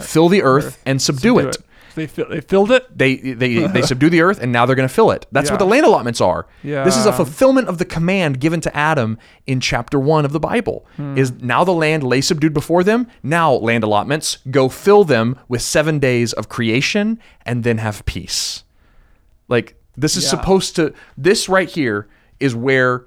Speaker 2: fill the uh, earth, and subdue,
Speaker 3: Do
Speaker 2: it.
Speaker 3: it. They fill, they filled it.
Speaker 2: They they they subdue the earth, and now they're going to fill it. That's what
Speaker 3: Yeah.
Speaker 2: the land allotments are. This is a
Speaker 3: Yeah.
Speaker 2: fulfillment of the command given to Adam in chapter one of the Bible.
Speaker 3: Hmm.
Speaker 2: Is now the land lay subdued before them. Now land allotments go fill them with seven days of creation, and then have peace. Like this is
Speaker 3: Yeah.
Speaker 2: supposed to. This right here is where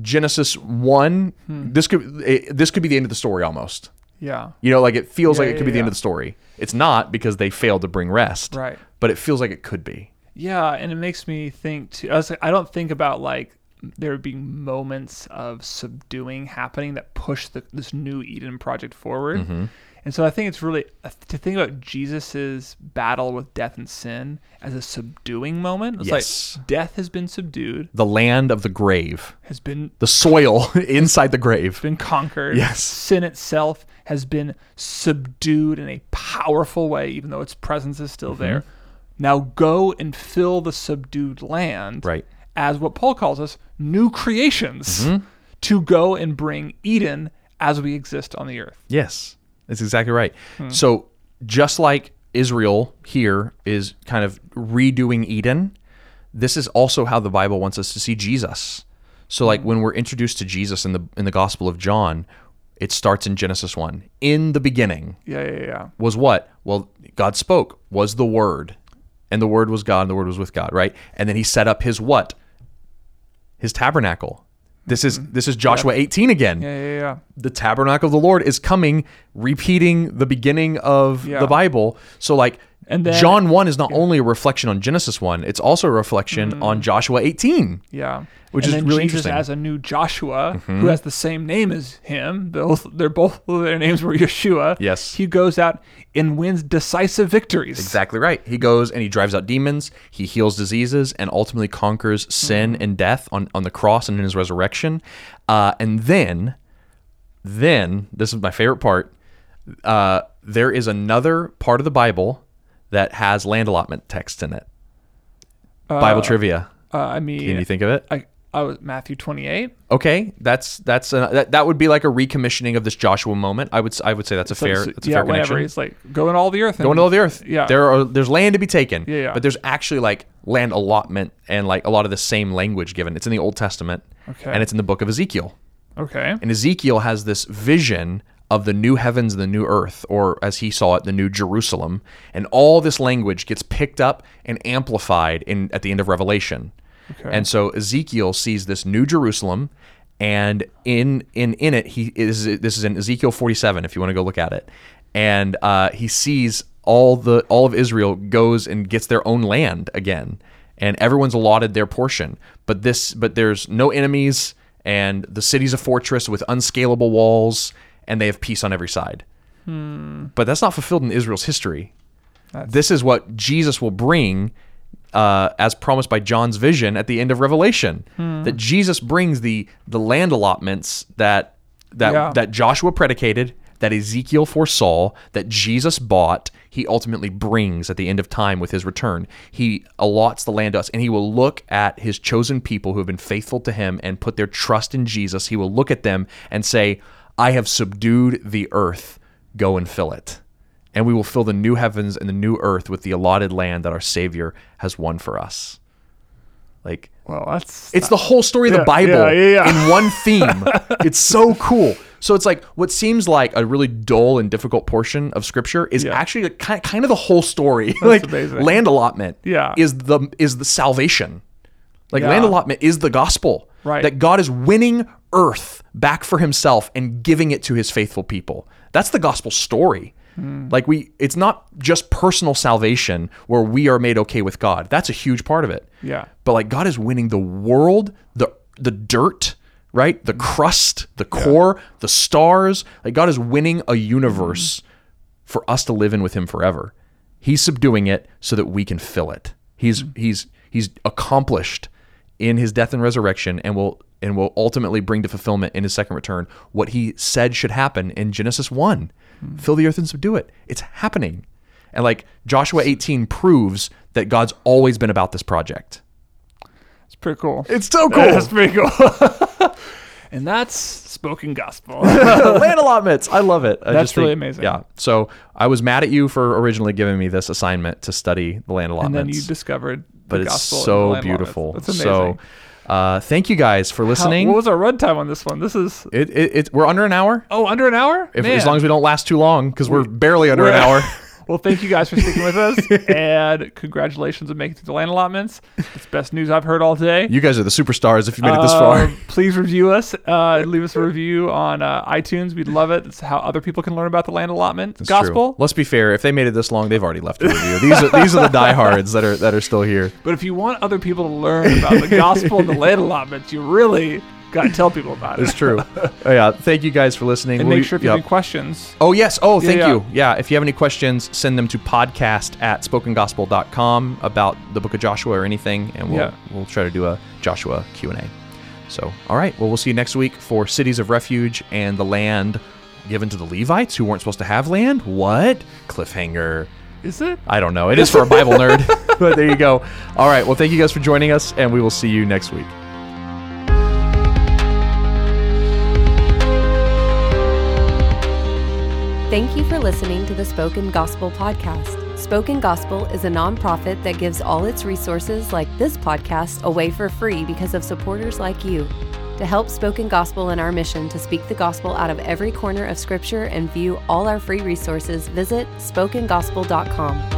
Speaker 2: Genesis one.
Speaker 3: Hmm.
Speaker 2: This could it, this could be the end of the story almost.
Speaker 3: Yeah.
Speaker 2: You know, like it feels
Speaker 3: Yeah,
Speaker 2: like it could
Speaker 3: yeah,
Speaker 2: be the end
Speaker 3: yeah.
Speaker 2: of the story. It's not because they failed to bring rest.
Speaker 3: Right.
Speaker 2: But it feels like it could be.
Speaker 3: Yeah, and it makes me think too. I, was like, I don't think about like there being moments of subduing happening that push the, this new Eden project forward.
Speaker 2: Mm-hmm.
Speaker 3: And so I think it's really uh, to think about Jesus's battle with death and sin as a subduing moment. It's
Speaker 2: Yes.
Speaker 3: like death has been subdued,
Speaker 2: The land of the grave,
Speaker 3: has been
Speaker 2: the soil inside the grave.
Speaker 3: been conquered.
Speaker 2: Yes.
Speaker 3: Sin itself has been subdued in a powerful way, even though its presence is still
Speaker 2: Mm-hmm.
Speaker 3: there. Now go and fill the subdued land.
Speaker 2: Right. Mm-hmm.
Speaker 3: As what Paul calls us, new creations to go and bring Eden as we exist on the earth.
Speaker 2: Yes, that's exactly right.
Speaker 3: Hmm.
Speaker 2: So, just like Israel here is kind of redoing Eden, this is also how the Bible wants us to see Jesus. So,
Speaker 3: Hmm.
Speaker 2: like when we're introduced to Jesus in the in the Gospel of John, it starts in Genesis one. In the beginning,
Speaker 3: Yeah, yeah, yeah.
Speaker 2: was what? Well, God spoke, was the Word. And the Word was God, and the Word was with God, right? And then he set up his what? His tabernacle. This is this is Joshua 18 again.
Speaker 3: Yeah, yeah, yeah.
Speaker 2: The tabernacle of the Lord is coming, repeating the beginning of
Speaker 3: Yeah.
Speaker 2: the Bible. So like
Speaker 3: And then
Speaker 2: John 1 is not only a reflection on Genesis 1, it's also a reflection
Speaker 3: Mm.
Speaker 2: on Joshua 18.
Speaker 3: Yeah,
Speaker 2: Which
Speaker 3: And
Speaker 2: is
Speaker 3: then
Speaker 2: really
Speaker 3: Jesus
Speaker 2: interesting. Mm-hmm.
Speaker 3: has a new Joshua who has the same name as him. They're both, they're both their names were Yeshua.
Speaker 2: Yes.
Speaker 3: he goes out and wins decisive victories.
Speaker 2: Exactly right. He goes and he drives out demons, he heals diseases, and ultimately conquers sin
Speaker 3: Mm-hmm.
Speaker 2: and death on, on the cross and in his resurrection. Uh, and then, then, this is my favorite part, uh, there is another part of the Bible that has land allotment text in it. Bible trivia.
Speaker 3: Uh, I mean,
Speaker 2: Can you think of it?
Speaker 3: I, I was Matthew twenty eight.
Speaker 2: Okay, that's that's a, that, that would be like a recommissioning of this Joshua moment. I would s- I would say that's a fair that's a
Speaker 3: yeah,
Speaker 2: fair
Speaker 3: whenever
Speaker 2: connection.
Speaker 3: he's like go into all the earth. And,
Speaker 2: Go into all the earth.
Speaker 3: Yeah.
Speaker 2: there are there's land to be taken.
Speaker 3: Yeah, yeah.
Speaker 2: But there's actually like land allotment and like a lot of the same language given. It's in the Old Testament.
Speaker 3: Okay.
Speaker 2: And it's in the book of Ezekiel.
Speaker 3: Okay.
Speaker 2: And Ezekiel has this vision of the new heavens and the new earth, or as he saw it, the new Jerusalem. And all this language gets picked up and amplified in at the end of Revelation.
Speaker 3: Okay.
Speaker 2: And so Ezekiel sees this new Jerusalem, and in in in it he is this is in Ezekiel 47 if you want to go look at it, and uh, he sees all the all of Israel goes and gets their own land again, and everyone's allotted their portion. But this but there's no enemies, and the city's a fortress with unscalable walls, and they have peace on every side. But that's not fulfilled in Israel's history this is what Jesus will bring uh, as promised by John's vision at the end of Revelation. That Jesus brings the the land allotments that that
Speaker 3: Yeah.
Speaker 2: that Joshua predicated, that Ezekiel foresaw, that Jesus bought, he ultimately brings at the end of time with his return. He allots the land to us and he will look at his chosen people who have been faithful to him and put their trust in Jesus. He will look at them and say, I have subdued the earth. Go and fill it and we will fill the new heavens and the new earth with the allotted land that our Savior has won for us. Like
Speaker 3: well, that's
Speaker 2: it's the whole story of the
Speaker 3: Yeah, yeah,
Speaker 2: Bible
Speaker 3: yeah, yeah.
Speaker 2: in one theme. it's so cool. So it's like what seems like a really dull and difficult portion of Scripture is
Speaker 3: Yeah.
Speaker 2: actually like kind kind of the whole story. like
Speaker 3: amazing.
Speaker 2: land allotment
Speaker 3: Yeah.
Speaker 2: is the is the salvation. Like
Speaker 3: Yeah.
Speaker 2: land allotment is the gospel.
Speaker 3: Right.
Speaker 2: That God is winning earth back for himself and giving it to his faithful people. That's the gospel story.
Speaker 3: Hmm.
Speaker 2: Like we it's not just personal salvation where we are made okay with God. That's a huge part of it.
Speaker 3: Yeah.
Speaker 2: But like God is winning the world, the the dirt, right? The crust, the core, the stars. Like God is winning a universe for us to live in with him forever. He's subduing it so that we can fill it. He's he's he's accomplished in his death and resurrection and will and will ultimately bring to fulfillment in his second return what he said should happen in Genesis 1. Fill the earth and subdue it. It's happening. And like Joshua 18 proves that God's always been about this project.
Speaker 3: it's pretty cool.
Speaker 2: It's so
Speaker 3: That's pretty cool. and that's spoken gospel.
Speaker 2: Land allotments. I love it. I
Speaker 3: That's
Speaker 2: just think-
Speaker 3: really amazing.
Speaker 2: Yeah. So I was mad at you for originally giving me this assignment to study the land allotments.
Speaker 3: and then you discovered the
Speaker 2: but it's
Speaker 3: gospel in the
Speaker 2: so
Speaker 3: landlord. It's-
Speaker 2: beautiful.
Speaker 3: It's amazing.
Speaker 2: So, uh, thank you guys for
Speaker 3: How-
Speaker 2: listening.
Speaker 3: what was our runtime on this one? This is
Speaker 2: it, it, it, we're under an hour,
Speaker 3: oh under an hour.
Speaker 2: if,
Speaker 3: Man.
Speaker 2: as long as we don't last too long, because we're barely under an
Speaker 3: we're-
Speaker 2: hour.
Speaker 3: well, thank you guys for sticking with us, and congratulations on making it through the land allotments. It's best news I've heard all day.
Speaker 2: You guys are the superstars if you made it this far.
Speaker 3: Um, please review us. Uh, leave us a review on uh, iTunes. We'd love it. That's how other people can learn about the land allotment
Speaker 2: It's true.
Speaker 3: gospel.
Speaker 2: Let's be fair. If they made it this long, they've already left a review. These are these are the diehards that are that are still here.
Speaker 3: But if you want other people to learn about the gospel and the land allotments, you really got to tell people about it.
Speaker 2: It's true. Oh, yeah. Thank you guys for listening.
Speaker 3: And
Speaker 2: We'll
Speaker 3: make
Speaker 2: be-
Speaker 3: sure if you
Speaker 2: yeah.
Speaker 3: have any questions.
Speaker 2: Oh, yes. Oh, thank
Speaker 3: yeah.
Speaker 2: you. Yeah. If you have any questions, send them to podcast at spokengospel.com about the book of Joshua or anything, and we'll,
Speaker 3: Yeah.
Speaker 2: we'll try to do a Joshua Q&A. So, all right. Well, we'll see you next week for Cities of Refuge and the land given to the Levites who weren't supposed to have land. What? Cliffhanger.
Speaker 3: Is it?
Speaker 2: I don't know. It is for a Bible nerd. but there you go. All right. Well, thank you guys for joining us, and we will see you next week.
Speaker 1: Thank you for listening to the Spoken Gospel Podcast. Spoken Gospel is a nonprofit that gives all its resources, like this podcast, away for free because of supporters like you. To help Spoken Gospel in our mission to speak the gospel out of every corner of Scripture and view all our free resources, visit spokengospel.com.